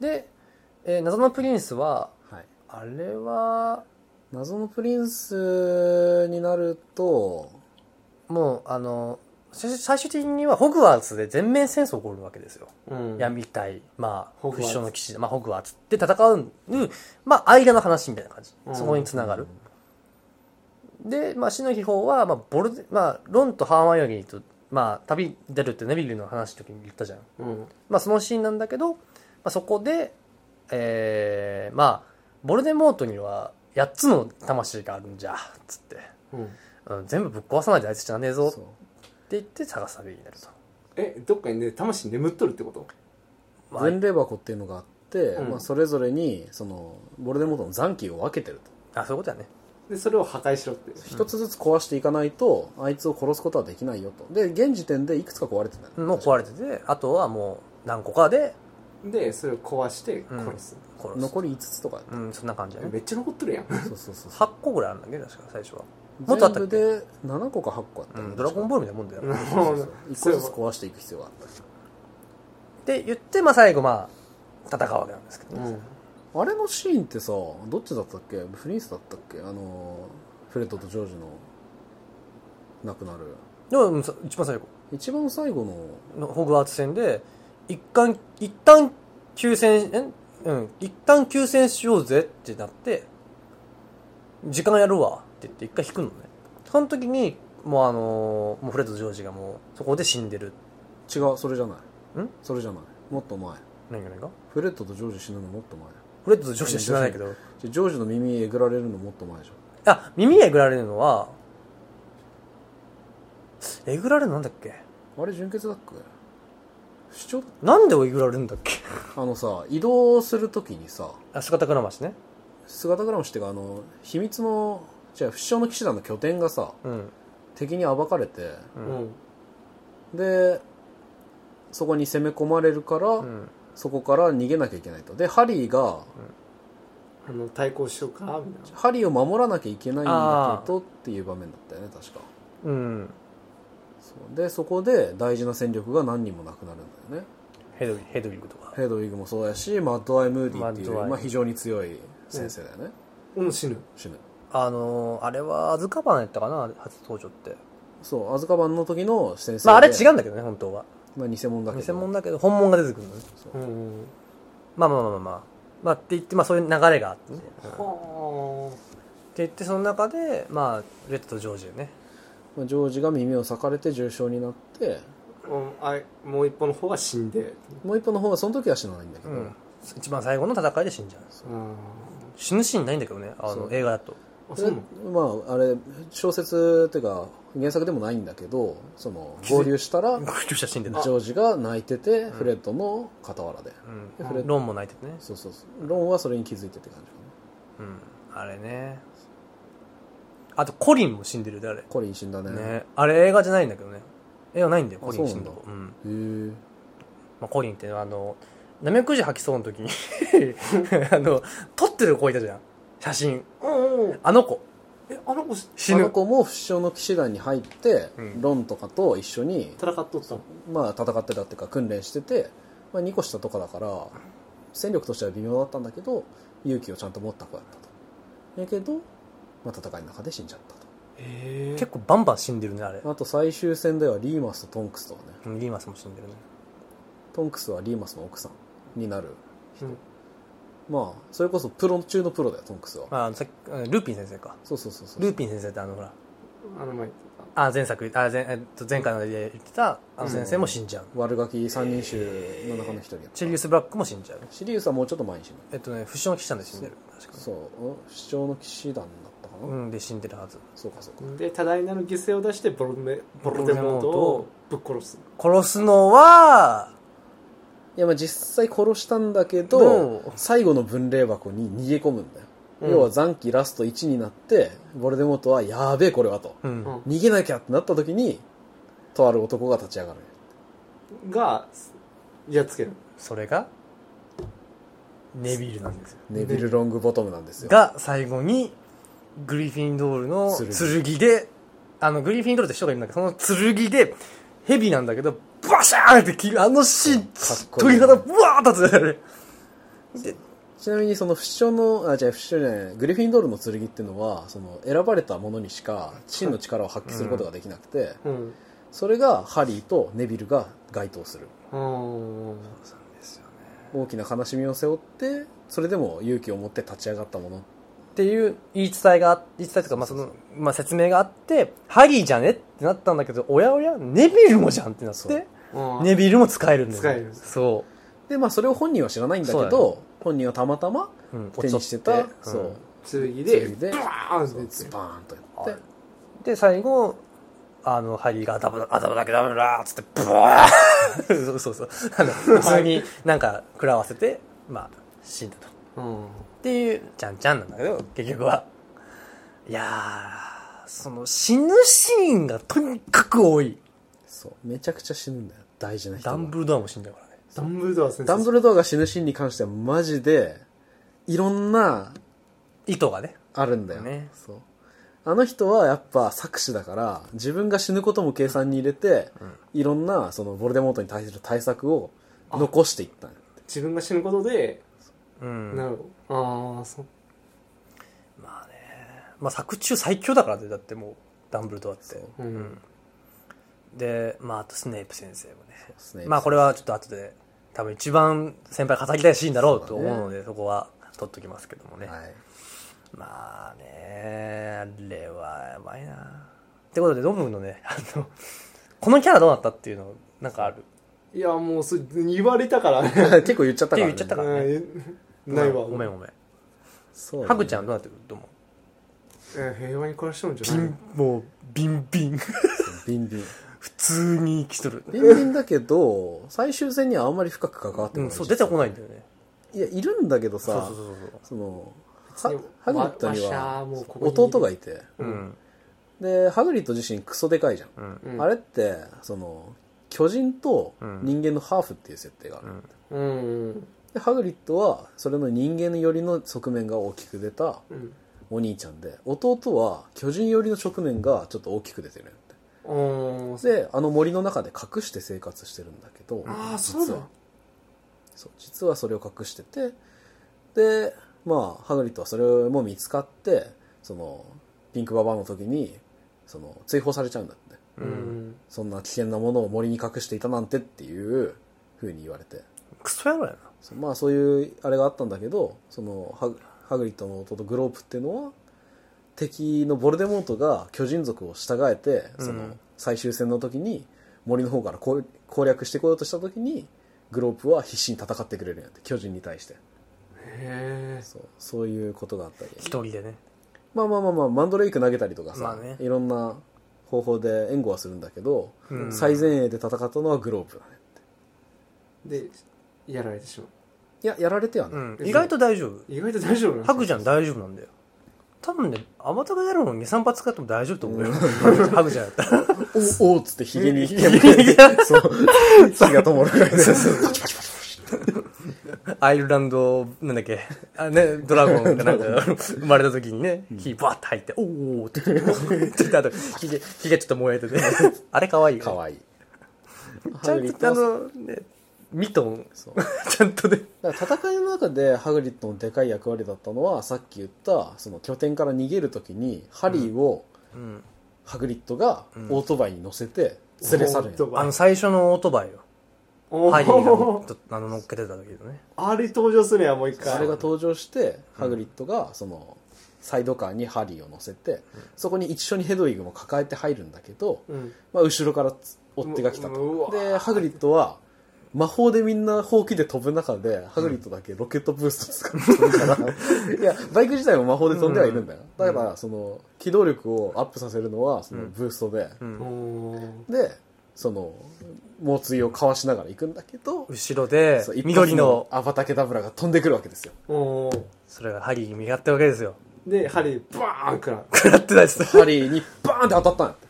[SPEAKER 1] で、えー謎のプリンスは、
[SPEAKER 3] はい
[SPEAKER 1] あれは、
[SPEAKER 3] 謎のプリンスになると
[SPEAKER 1] もう、あの、最最終的にはホグワーツで全面戦争起こるわけですよ。
[SPEAKER 4] うん
[SPEAKER 1] 闇対、まあ、
[SPEAKER 4] ホグワーツ
[SPEAKER 1] 不祥の騎士、まあ、ホグワーツで戦う、まあ、間の話みたいな感じ。
[SPEAKER 4] うん
[SPEAKER 1] そこにつながる。で、まあ、死の秘宝は、まあ、ボルデまあ、ロンとハーマイオニーと、まあ、旅出るってネビルの話の時に言ったじゃん。
[SPEAKER 4] うん
[SPEAKER 1] まあ、そのシーンなんだけど、まあ、そこで、えー、まあ、ボルデモートには8つの魂があるんじゃ、つって。
[SPEAKER 4] うん
[SPEAKER 1] うん、全部ぶっ壊さないであいつじゃねえぞって
[SPEAKER 3] そう
[SPEAKER 1] 言って探す旅になると。
[SPEAKER 4] えどっかにね魂眠っとるってこと
[SPEAKER 1] まあ
[SPEAKER 3] 前例箱っていうのがあって、
[SPEAKER 4] うん
[SPEAKER 3] まあ、それぞれにそのボルデモートの残機を分けてると
[SPEAKER 1] あ、そういうことやね。
[SPEAKER 4] でそれを破壊しろって
[SPEAKER 3] 一つずつ壊していかないと、あいつを殺すことはできないよとで現時点でいくつか壊れてたよね
[SPEAKER 1] もう壊れてて、あとはもう何個かで
[SPEAKER 4] でそれを壊して殺す、
[SPEAKER 1] 殺す。
[SPEAKER 3] 残り5つとかだね
[SPEAKER 1] うん、そんな感じや
[SPEAKER 4] め
[SPEAKER 1] ね。
[SPEAKER 4] っちゃ残っとるやん
[SPEAKER 3] そうそうそうそう
[SPEAKER 1] 8個ぐらいあるんだっけど、確か最初は。 もっとあ
[SPEAKER 3] 全
[SPEAKER 1] ったっ
[SPEAKER 3] 部
[SPEAKER 1] け
[SPEAKER 3] で7個か8個あった
[SPEAKER 1] う
[SPEAKER 3] よね
[SPEAKER 1] ん、ドラゴンボールみたいなもんだよ。
[SPEAKER 3] そうそうそ
[SPEAKER 4] そうう
[SPEAKER 3] 1個ずつ壊していく必要があった
[SPEAKER 1] って言って、まあ、最後、まあ、戦うわけなんですけど、
[SPEAKER 4] うん
[SPEAKER 3] あれのシーンってさどっちだったっけフリンスだったっけあのフレッドとジョージの亡くなる
[SPEAKER 1] でもうんそ一番最後
[SPEAKER 3] 一番最後の
[SPEAKER 1] のホグワーツ戦で一旦一旦休戦えうん、一旦休戦しようぜってなって、時間やるわって言って一回引くのね。その時に、もうあのーもうフレッド・ジョージがもうそこで死んでる。
[SPEAKER 3] 違うそれじゃない
[SPEAKER 1] ん
[SPEAKER 3] それじゃないもっと前
[SPEAKER 1] 何が何が
[SPEAKER 3] フレッドとジョージ死ぬのもっと前
[SPEAKER 1] フレッドとジョージは死なないけど。
[SPEAKER 3] じゃジョージの耳えぐられるのもっと前でしょ
[SPEAKER 1] あ、耳えぐられるのは、えぐられるのなんだっけ
[SPEAKER 3] あれ純血だっけ主張だっ
[SPEAKER 1] なんでえぐられるんだっけ
[SPEAKER 3] けあのさ移動するときにさ
[SPEAKER 1] あ、姿くらましね。
[SPEAKER 3] 姿グラムシっていうかあの秘密のじゃあ不祥の騎士団の拠点がさ
[SPEAKER 1] うん。
[SPEAKER 3] 敵に暴かれて
[SPEAKER 1] うん。
[SPEAKER 3] でそこに攻め込まれるから、
[SPEAKER 1] うん。
[SPEAKER 3] そこから逃げなきゃいけないとでハリーが、
[SPEAKER 4] あの対抗しようかみたいな
[SPEAKER 3] ハリーを守らなきゃいけないんだけどっていう場面だったよね確か
[SPEAKER 1] うん。
[SPEAKER 3] そうでそこで大事な戦力が何人もなくなるんだよね
[SPEAKER 1] ヘドウィヘドウィグとか。
[SPEAKER 3] ヘドウィグもそうやしマッドアイ・ムーディっていう
[SPEAKER 1] マッドアイ
[SPEAKER 3] まあ、非常に強い先生だよね、
[SPEAKER 4] うん死ぬ
[SPEAKER 3] 死ぬ
[SPEAKER 1] あのーあれはアズカバンやったかな初登場って。
[SPEAKER 3] そうアズカバンの時の先生
[SPEAKER 1] まああれ違
[SPEAKER 3] う、
[SPEAKER 1] うんだけどね、本当は。
[SPEAKER 3] まあ、偽物だけ
[SPEAKER 1] 偽
[SPEAKER 3] ど
[SPEAKER 1] 物だけど、本物が出てくるのね。
[SPEAKER 4] うん
[SPEAKER 1] まあまあまあまあまあ。まあって言って、まあそういう流れがあってね。うんって
[SPEAKER 4] は
[SPEAKER 1] 言って、その中で、まあ、レッドとジョージでね。
[SPEAKER 3] まあ、ジョージが耳を裂かれて重傷になって
[SPEAKER 4] あうんあいもう一方の方が死んで
[SPEAKER 3] もう一方の方はその時は死なないんだけど、
[SPEAKER 1] うん。一番最後の戦いで死んじゃうんですよ。
[SPEAKER 4] うん
[SPEAKER 1] 死ぬシーンないんだけどね、あ
[SPEAKER 3] そ
[SPEAKER 1] の
[SPEAKER 3] う
[SPEAKER 1] 映画だ と。
[SPEAKER 4] あ
[SPEAKER 3] で
[SPEAKER 4] そうなの
[SPEAKER 3] まああれ小説っていうか原作でもないんだけどその
[SPEAKER 1] 気づい
[SPEAKER 3] 合流したらジ
[SPEAKER 1] ご両者死んでた。
[SPEAKER 3] ョージが泣いててフレッドの傍らで、
[SPEAKER 1] うん。
[SPEAKER 3] でフレッド
[SPEAKER 1] ロンも泣いててね。
[SPEAKER 3] そうそうそうロンはそれに気づいてって感じかな
[SPEAKER 1] うん。あれね。あと、コリンも死んでるで、あれ。
[SPEAKER 3] コリン死んだね
[SPEAKER 1] ね。あれ映画じゃないんだけどね。映画ないんだよ、
[SPEAKER 3] あ
[SPEAKER 1] コリン死んだの
[SPEAKER 3] そう
[SPEAKER 1] うん。
[SPEAKER 3] へえ
[SPEAKER 1] まあ、コリンっていうのはあのナメクジ吐きそうの時に あの撮ってる子いたじゃん写真
[SPEAKER 4] うんうん
[SPEAKER 1] あの子
[SPEAKER 4] えあの子し
[SPEAKER 1] 死
[SPEAKER 3] あ
[SPEAKER 1] ぬ
[SPEAKER 3] の子も不祥の騎士団に入って、
[SPEAKER 1] うん
[SPEAKER 3] ロンとかと一緒に、
[SPEAKER 4] 戦っとったの
[SPEAKER 3] まあ、戦ってたっていうか訓練してて、まあ、2個下とかだから戦力としては微妙だったんだけど勇気をちゃんと持った子だったとやけど、まあ、戦いの中で死んじゃった
[SPEAKER 4] え
[SPEAKER 1] 結構バンバン死んでるねあれ
[SPEAKER 3] とあと最終戦ではリーマスとトンクスとかね
[SPEAKER 1] うんリーマスも死んでるね
[SPEAKER 3] トンクスはリーマスの奥さんになる人、
[SPEAKER 4] うん
[SPEAKER 3] まあそれこそプロ中のプロだよトンクスは、
[SPEAKER 1] ああのさっきうんルーピン先生か
[SPEAKER 3] そうそうそうそう
[SPEAKER 1] ルーピン先生ってあのほら
[SPEAKER 4] あの前言って
[SPEAKER 1] あ前作あ前,、えっと、前回ので言ってたあの先生も死んじゃう、
[SPEAKER 3] 悪ガキ三人衆の中の一人やった
[SPEAKER 1] チェリウス・ブラックも死んじゃう
[SPEAKER 3] シリウスはもうちょっと前に死ぬ
[SPEAKER 1] えっとね不祥の騎士団で死んでる確か
[SPEAKER 3] そう不祥の騎士団だったかな、
[SPEAKER 1] にうんで死んでるはず
[SPEAKER 3] そうかそうか
[SPEAKER 4] たで多大なる犠牲を出してボロメボロデモートをぶっ殺す
[SPEAKER 1] 殺すのはい
[SPEAKER 3] やまあ実際殺したんだけ
[SPEAKER 1] ど
[SPEAKER 3] ど
[SPEAKER 1] う
[SPEAKER 3] 最後の分霊箱に逃げ込むんだよ、
[SPEAKER 4] うん
[SPEAKER 3] 要は残機ラスト1になってボルデモートはやーべえこれはと
[SPEAKER 1] うん、
[SPEAKER 4] うん
[SPEAKER 3] 逃げなきゃってなった時にとある男が立ち上がる
[SPEAKER 4] がやっつける
[SPEAKER 1] それがネビールなんですよ
[SPEAKER 3] ネビル・ロングボトムなんですよ
[SPEAKER 1] が最後にグリフィンドールの
[SPEAKER 3] 剣
[SPEAKER 1] 剣であのグリフィンドールって人がいるんだけどその剣でヘビなんだけどバシャーンって切るあのシーン
[SPEAKER 3] かっこいい
[SPEAKER 1] 鳥肌ブワーッ立つよあれ
[SPEAKER 3] ちなみにその不祥のあじゃ不祥じゃないグリフィンドールの剣っていうのはその選ばれた者にしか真の力を発揮することができなくて、
[SPEAKER 4] うん
[SPEAKER 3] それがハリーとネビルが該当する
[SPEAKER 4] うん
[SPEAKER 3] 大きな悲しみを背負ってそれでも勇気を持って立ち上がったもの
[SPEAKER 1] っていう言い伝えがあ言い伝えというか、まあそのまあ、説明があってハリーじゃねってなったんだけどおやおやネビルもじゃんってなっ
[SPEAKER 3] そう
[SPEAKER 1] て
[SPEAKER 4] うん
[SPEAKER 1] ネビルも使えるんだよね
[SPEAKER 4] 使える
[SPEAKER 1] そ
[SPEAKER 3] でまあそれを本人は知らないんだけ
[SPEAKER 1] そうだ
[SPEAKER 3] ど本人はたまたま
[SPEAKER 1] う、うん、
[SPEAKER 3] 手にしてた、
[SPEAKER 1] 落ちとって
[SPEAKER 3] そ
[SPEAKER 1] うん
[SPEAKER 3] う
[SPEAKER 4] 剣で
[SPEAKER 3] 剣で
[SPEAKER 4] ブワーンって
[SPEAKER 3] そう
[SPEAKER 4] 出て
[SPEAKER 3] ズバーンと
[SPEAKER 1] あ
[SPEAKER 3] やっ
[SPEAKER 1] れ
[SPEAKER 3] て
[SPEAKER 1] で最後あのハリーが頭だ頭だけダメだっつってブワー そうそうそうあの普通になんか食らわせてまあ死んだとっ
[SPEAKER 4] うん
[SPEAKER 1] ていうちゃんちゃんなんだけど結局はいやーその死ぬシーンがとにかく多い
[SPEAKER 3] そうめちゃくちゃ死ぬんだよ大事な人
[SPEAKER 1] ダ
[SPEAKER 3] が
[SPEAKER 1] ンブルドアも死んだからね
[SPEAKER 4] ダンブルドア先生
[SPEAKER 3] ダンブルドアが死ぬシーンに関してはマジでいろんな
[SPEAKER 1] 糸がね
[SPEAKER 3] あるんだよ、
[SPEAKER 1] ね
[SPEAKER 3] そうあの人はやっぱ作詞だから自分が死ぬことも計算に入れて、いろんなそのボルデモートに対する対策を残していったんよ
[SPEAKER 4] 自分が死ぬことで
[SPEAKER 1] うん
[SPEAKER 4] なるああそう
[SPEAKER 1] まあ作中最強だからねだってもうダンブルドアって
[SPEAKER 4] う
[SPEAKER 1] うんんでまああとスネープ先生もね
[SPEAKER 3] スネープ
[SPEAKER 1] まあこれはちょっと後で多分一番先輩語りたいシーンだろうと思うので、そ,、こは取っときますけどもね。
[SPEAKER 3] はい
[SPEAKER 1] まあね、あれはやばいな。ってことで、ドムのね、 あの、このキャラどうなったっていうの、なんかある。
[SPEAKER 4] いやもうそれ言われたからね
[SPEAKER 3] 結構言っちゃったから、
[SPEAKER 1] 結構言
[SPEAKER 3] ね、
[SPEAKER 1] っちゃったからね
[SPEAKER 4] うんないわ
[SPEAKER 1] ごめんごめん。
[SPEAKER 3] そう、
[SPEAKER 1] ハグちゃんどうなってるどうも。
[SPEAKER 4] え平和に暮らしてるんじゃない
[SPEAKER 1] もう、ビンビン。
[SPEAKER 3] ビンビン
[SPEAKER 1] 普通に生きとる。
[SPEAKER 3] ビンビンだけど最終戦にはあんまり深く関わって
[SPEAKER 1] う
[SPEAKER 3] こない、
[SPEAKER 1] ん、そう、出てこないんだよね。
[SPEAKER 3] いやいるんだけど
[SPEAKER 1] そう
[SPEAKER 3] さ
[SPEAKER 1] そうそうそう。
[SPEAKER 3] その
[SPEAKER 4] 別に
[SPEAKER 3] はハグリッドに
[SPEAKER 4] わわしゃ
[SPEAKER 3] は
[SPEAKER 4] もうここに
[SPEAKER 3] 弟がいて
[SPEAKER 1] うん。
[SPEAKER 3] でハグリッド自身クソでかいじゃん、
[SPEAKER 1] うん。
[SPEAKER 3] あれってその巨人と人間のハーフっていう設定がある、
[SPEAKER 1] うん
[SPEAKER 4] うんうん
[SPEAKER 3] でハグリッドはそれの人間寄りの側面が大きく出た
[SPEAKER 4] うん
[SPEAKER 3] お兄ちゃんで弟は巨人寄りの側面がちょっと大きく出てるんだって
[SPEAKER 4] うん
[SPEAKER 3] であの森の中で隠して生活してるんだけど
[SPEAKER 4] ああそう
[SPEAKER 3] 実
[SPEAKER 4] だ
[SPEAKER 3] はそう実はそれを隠しててでまあハグリッドはそれも見つかってそのピンクババアの時にその追放されちゃうんだって
[SPEAKER 4] うん
[SPEAKER 3] そんな危険なものを森に隠していたなんてっていうふうに言われて
[SPEAKER 1] クソ野郎やな。
[SPEAKER 3] そうまあそういうあれがあったんだけどそのハグハグリッドの弟グロープっていうのは敵のボルデモートが巨人族を従えてそ
[SPEAKER 1] うん
[SPEAKER 3] の最終戦の時に森の方から攻攻略してこようとした時にグロープは必死に戦ってくれるんやって巨人に対して
[SPEAKER 4] へえ
[SPEAKER 3] そうそういうことがあったり
[SPEAKER 1] 一人でね。
[SPEAKER 3] まあまあまあまあマンドレイク投げたりとかさ、
[SPEAKER 1] まあね
[SPEAKER 3] いろんな方法で援護はするんだけど、
[SPEAKER 1] うん
[SPEAKER 3] 最前衛で戦ったのはグロープだね
[SPEAKER 4] でやられてしまう
[SPEAKER 3] いややられてはね、
[SPEAKER 1] うん。意外と大丈夫。
[SPEAKER 4] 意外と大丈夫なの
[SPEAKER 1] ハグちゃん大丈夫なんだよ。多分ね、アバターがやるのに2、3発使っても大丈夫と思うよ。ハグちゃんやったら。
[SPEAKER 3] おおっつってヒゲに煙が そう火が灯るぐらいで
[SPEAKER 1] アイルランド、なんだっけ、あね、ドラゴンがなんか生まれた時にね、火バーって入って、おーおーって言って、ちょっとあと、火が、火がちょっと燃えてて、あれかわいいよ。
[SPEAKER 3] かわいい
[SPEAKER 1] ちゃ
[SPEAKER 3] ハグリ
[SPEAKER 1] ん
[SPEAKER 3] ッ
[SPEAKER 1] と、
[SPEAKER 3] ド
[SPEAKER 1] あ
[SPEAKER 3] は
[SPEAKER 1] の、ね、ミトン、
[SPEAKER 3] そう
[SPEAKER 1] ちゃんとね、
[SPEAKER 3] だから戦いの中でハグリッドのでかい役割だったのはさっき言ったその拠点から逃げる時にハリーを、
[SPEAKER 1] ん
[SPEAKER 3] ハグリッドがオートバイに乗せて連れ去るんや
[SPEAKER 4] おー
[SPEAKER 1] あの、最初のオートバイを、
[SPEAKER 4] おー
[SPEAKER 1] ハリーが乗っとあの乗っけてた時のね。
[SPEAKER 4] あれ登場するやんもう一回
[SPEAKER 3] それが登場してハグリッドがそのサイドカーにハリーを乗せて、そこに一緒にヘドウィグも抱えて入るんだけど、
[SPEAKER 4] うん
[SPEAKER 3] まあ、後ろからつ追っ手が来た
[SPEAKER 4] うう
[SPEAKER 3] と
[SPEAKER 4] わ
[SPEAKER 3] でハグリッドは魔法でみんなほうきで飛ぶ中でハグリッドだけロケットブースト使ってるから いやバイク自体も魔法で飛んではいるんだよ、だからその機動力をアップさせるのはそのブーストで、
[SPEAKER 1] うん。
[SPEAKER 4] おー
[SPEAKER 3] でその猛追をかわしながら行くんだけど
[SPEAKER 1] 後ろで
[SPEAKER 3] そう、一発
[SPEAKER 1] 緑の、
[SPEAKER 3] アバタケダブラが飛んでくるわけですよ
[SPEAKER 4] おー
[SPEAKER 1] それがハリーに見合ってるわけですよ。
[SPEAKER 4] で針バーンくらう
[SPEAKER 1] 食らってないです。
[SPEAKER 3] ハリーにバーンって当たったんやって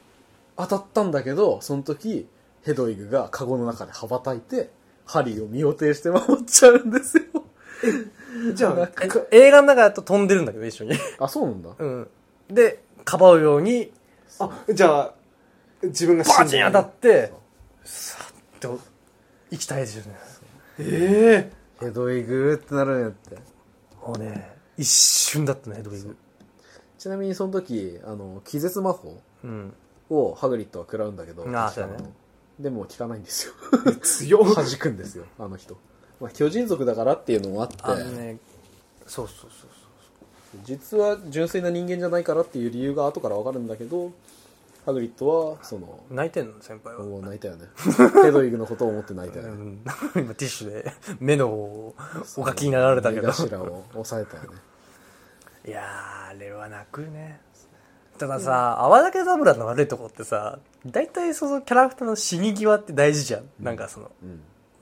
[SPEAKER 3] 当たったんだけどその時ヘドウィグがカゴの中で羽ばたいてハリーを身を挺して守っちゃうんですよ
[SPEAKER 4] じゃ あ
[SPEAKER 1] 映画の中だと飛んでるんだけど、一緒に。
[SPEAKER 3] あそうなんだ
[SPEAKER 1] うん。で、かばうように、
[SPEAKER 4] あじゃあ自分が
[SPEAKER 1] バ
[SPEAKER 4] 死ん
[SPEAKER 1] チ
[SPEAKER 4] で
[SPEAKER 1] ン当たって、さっと、生きたいですよね。
[SPEAKER 4] ええ
[SPEAKER 3] ヘドウィグってなるんやって
[SPEAKER 1] もうね、一瞬だったね、ヘドウィグ。
[SPEAKER 3] ちなみにその時あの気絶魔法
[SPEAKER 1] うん。
[SPEAKER 3] をハグリッドは食らうんだけど
[SPEAKER 1] ああ
[SPEAKER 3] 確か
[SPEAKER 1] そうだね
[SPEAKER 3] でも効かないんですよ
[SPEAKER 4] 強っ
[SPEAKER 3] 弾くんですよあの人、まあ、巨人族だからっていうのもあって
[SPEAKER 1] あのね、そうそうそう
[SPEAKER 3] 実は純粋な人間じゃないからっていう理由が後から分かるんだけどハグリッドはその
[SPEAKER 1] そう。泣いてんの、先輩は。
[SPEAKER 3] もう泣いたよねヘドウィグのことを思って泣いたよ
[SPEAKER 1] う
[SPEAKER 3] ね
[SPEAKER 1] ん、今ティッシュで目のおかきになられたけど
[SPEAKER 3] 目頭を押さえたよね
[SPEAKER 1] いやーあれは泣くねたださ泡だけ侍の悪いとこってさ大体そのキャラクターの死に際って大事じゃん、なんかその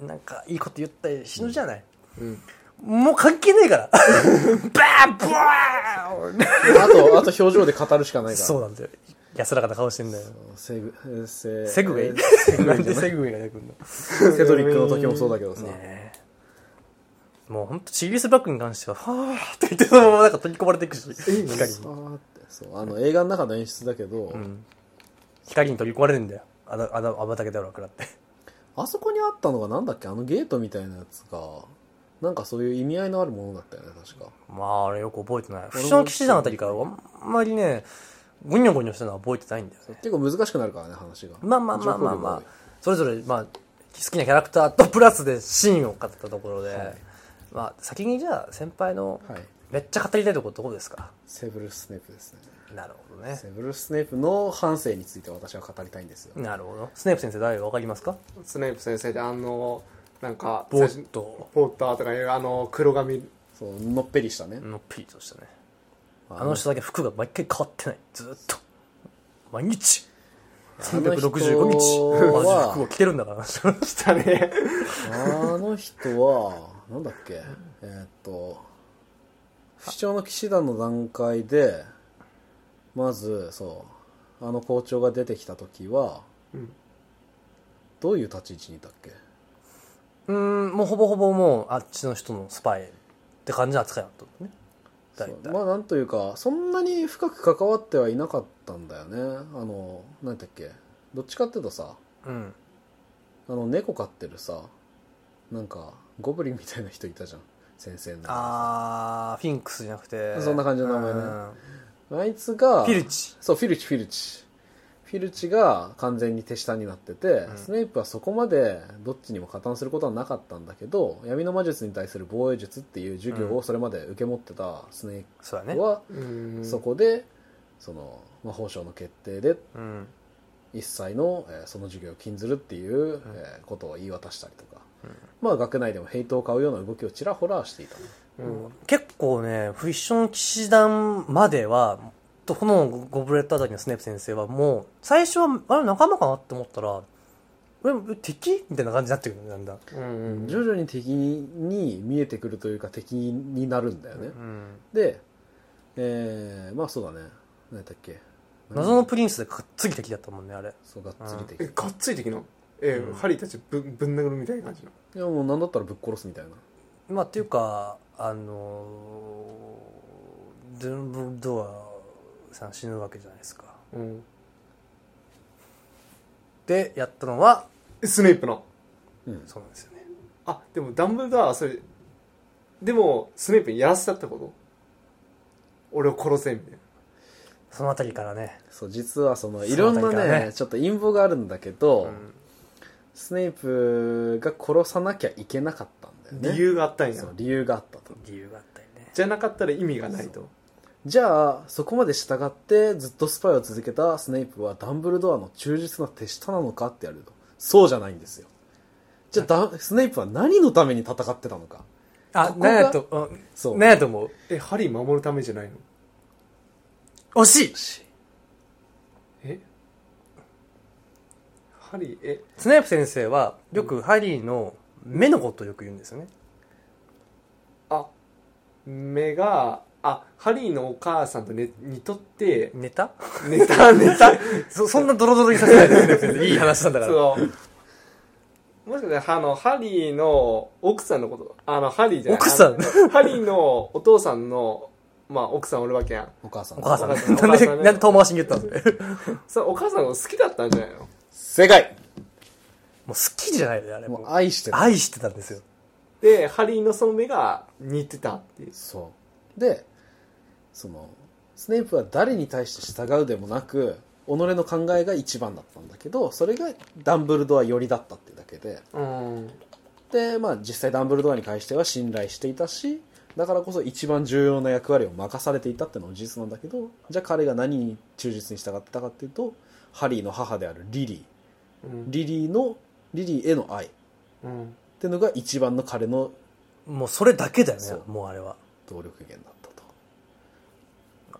[SPEAKER 3] うん
[SPEAKER 1] なんかいいこと言ったり死ぬじゃない、
[SPEAKER 4] うん
[SPEAKER 1] もう関係ねえから バーンブワーン
[SPEAKER 3] あとあと表情で語るしかないから
[SPEAKER 1] そうなんだよ安らかな顔してんだよ
[SPEAKER 3] セグえーセ
[SPEAKER 1] セグウェ
[SPEAKER 3] え
[SPEAKER 1] イ
[SPEAKER 3] ー
[SPEAKER 1] なんでセグウェイが出てくるの
[SPEAKER 3] セドリックの時もそうだけどさ、
[SPEAKER 1] ねえもう本当シリースバックに関しては、はぁーって言って、そのままなんか取り込まれていくし、光に
[SPEAKER 3] さ。ーってそうあの映画の中の演出だけど、
[SPEAKER 1] うん。光に取り込まれるんだよ。あだ、あだ、あばたけだろうからって。
[SPEAKER 3] あそこにあったのがなんだっけあのゲートみたいなやつがなんかそういう意味合いのあるものだったよね確か
[SPEAKER 1] まあ、あれよく覚えてない。不死の騎士団あたりから、あんまりね、ゴニョゴニョしたのは覚えてないんだよね。
[SPEAKER 3] 結構難しくなるからね話が
[SPEAKER 1] まあまあまあまあまあ、それぞれ、まあ、好きなキャラクターとプラスでシーンを語ったところで、
[SPEAKER 3] はい
[SPEAKER 1] まあ、先にじゃあ先輩の
[SPEAKER 3] はい
[SPEAKER 1] めっちゃ語りたいところどこですか
[SPEAKER 3] セブルス・スネープですね
[SPEAKER 1] なるほどね
[SPEAKER 3] セブルス・スネープの反省について私は語りたいんですよ、
[SPEAKER 1] なるほどスネープ先生誰か分かりますか
[SPEAKER 4] スネープ先生であのなんか
[SPEAKER 1] ボット
[SPEAKER 4] ポッターとかいうあの黒髪
[SPEAKER 3] そうのっぺりしたね、
[SPEAKER 1] のっぴりとしたねあの人だけ服が毎回変わってないずーっと毎日365日同じ服を
[SPEAKER 3] は
[SPEAKER 1] 着てるんだから
[SPEAKER 4] 来たね
[SPEAKER 3] あの人はなんだっけえーっと不死鳥の騎士団の段階でまずそうあの校長が出てきた時は、
[SPEAKER 4] うん
[SPEAKER 3] どういう立ち位置にいたっけ
[SPEAKER 1] うーんもうほぼほぼもうあっちの人のスパイって感じの扱いだったのね大
[SPEAKER 3] そう
[SPEAKER 1] 体
[SPEAKER 3] まあなんというかそんなに深く関わってはいなかったんだよねあのなんだっけどっちかっていうとさ
[SPEAKER 1] うん
[SPEAKER 3] あの猫飼ってるさなんかゴブリンみたいな人いたじゃん先生の
[SPEAKER 1] あーフィンクスじゃなくて
[SPEAKER 3] そんな感じの名前ね
[SPEAKER 1] うん
[SPEAKER 3] あいつが
[SPEAKER 1] フィルチ
[SPEAKER 3] そうフィルチフィルチフィルチが完全に手下になってて、
[SPEAKER 1] ん
[SPEAKER 3] スネープはそこまでどっちにも加担することはなかったんだけど闇の魔術に対する防衛術っていう授業をそれまで受け持ってたスネ
[SPEAKER 1] そうだ
[SPEAKER 3] ー
[SPEAKER 1] ね
[SPEAKER 3] プは、
[SPEAKER 4] うん
[SPEAKER 3] そこでその魔法省の決定で
[SPEAKER 1] うん
[SPEAKER 3] 一切の、えーその授業を禁ずるっていう、えーことを言い渡したりとか、まあ学内でもヘイトを買うような動きをちらほらしていた
[SPEAKER 4] うん
[SPEAKER 1] 結構ねフィッション騎士団まではこのゴブレットあたりのスネープ先生はもう最初はあれ仲間かなって思ったら俺敵みたいな感じになってくるねだんだん、
[SPEAKER 4] うん
[SPEAKER 3] 徐々に敵に見えてくるというか敵になるんだよね、
[SPEAKER 1] うん、
[SPEAKER 3] でえー、まあそうだね何やったっけ
[SPEAKER 1] 謎のプリンスでがっつり敵だったもんねあれ
[SPEAKER 3] そうがっつり敵、
[SPEAKER 4] えがっついてきなえハリーたちぶぶん殴るみたいな感じの
[SPEAKER 3] いやもう何だったらぶっ殺すみたいな
[SPEAKER 1] まあっていうかあのー、デンブルドアさん死ぬわけじゃないですか
[SPEAKER 4] うん
[SPEAKER 1] でやったのは
[SPEAKER 4] えスネープの
[SPEAKER 1] そうなんですよね
[SPEAKER 4] あでもダンブルドアはそれでもスネープにやらせたってこと俺を殺せみたいな
[SPEAKER 1] そのあたりからね
[SPEAKER 3] そう実はそのい
[SPEAKER 1] その
[SPEAKER 3] ろん
[SPEAKER 1] 辺
[SPEAKER 3] な
[SPEAKER 1] からね
[SPEAKER 3] ねちょっと陰謀があるんだけど、
[SPEAKER 1] ん
[SPEAKER 3] スネープが殺さなきゃいけなかったんだよね
[SPEAKER 4] 理由があったんや
[SPEAKER 3] そう理由があったと
[SPEAKER 1] 理由があったりね
[SPEAKER 4] じゃなかったら意味がないと
[SPEAKER 3] じゃあそこまで従ってずっとスパイを続けたスネイプはダンブルドアの忠実な手下なのかってやるとそうじゃないんですよじゃあダンスネイプは何のために戦ってたのか
[SPEAKER 1] あ
[SPEAKER 3] ここが
[SPEAKER 1] 何やと、うん
[SPEAKER 3] そう
[SPEAKER 1] 何やと思う
[SPEAKER 4] えハリー守るためじゃないの
[SPEAKER 1] 惜しい
[SPEAKER 4] えハリーえ
[SPEAKER 1] スネープ先生はよくハリーの目のことをよく言うんですよね、
[SPEAKER 4] あ目があハリーのお母さんと、ね、似と って
[SPEAKER 1] ネタ
[SPEAKER 4] 寝た寝た
[SPEAKER 1] そそんなドロドロにさせないでスネープ先生いい話なんだから
[SPEAKER 4] そのもしかしたらあのハリーの奥さんのことあのハリーじゃない
[SPEAKER 1] 奥さん
[SPEAKER 4] あのハリーのお父さんの、まあ、奥さんおるわけやん
[SPEAKER 3] お母さん
[SPEAKER 1] お母さん
[SPEAKER 4] お母さん
[SPEAKER 1] なんで
[SPEAKER 4] お母さんね
[SPEAKER 1] なんで遠回しに言 ったんですか
[SPEAKER 4] それお母さんの好きだったんじゃないの
[SPEAKER 3] 正解
[SPEAKER 1] もう好きじゃないのよあれ
[SPEAKER 3] も
[SPEAKER 1] も
[SPEAKER 3] う
[SPEAKER 1] う
[SPEAKER 3] 愛してる
[SPEAKER 1] 愛してたんですよ
[SPEAKER 4] でハリーのその目が似てたっていう
[SPEAKER 3] そうでそのスネイプは誰に対して従うでもなく己の考えが一番だったんだけどそれがダンブルドア寄りだったってだけで
[SPEAKER 4] うん
[SPEAKER 3] で、まあ、実際ダンブルドアに関しては信頼していたしだからこそ一番重要な役割を任されていたってのも事実なんだけどじゃあ彼が何に忠実に従ってたかっていうとハリーの母であるリリ
[SPEAKER 4] う
[SPEAKER 3] ー
[SPEAKER 4] ん
[SPEAKER 3] リリーのリリーへの愛っ
[SPEAKER 4] うん
[SPEAKER 3] ていうのが一番の彼の
[SPEAKER 1] もうそれだけだよね
[SPEAKER 3] そう
[SPEAKER 1] もうあれは
[SPEAKER 3] 動力源だったと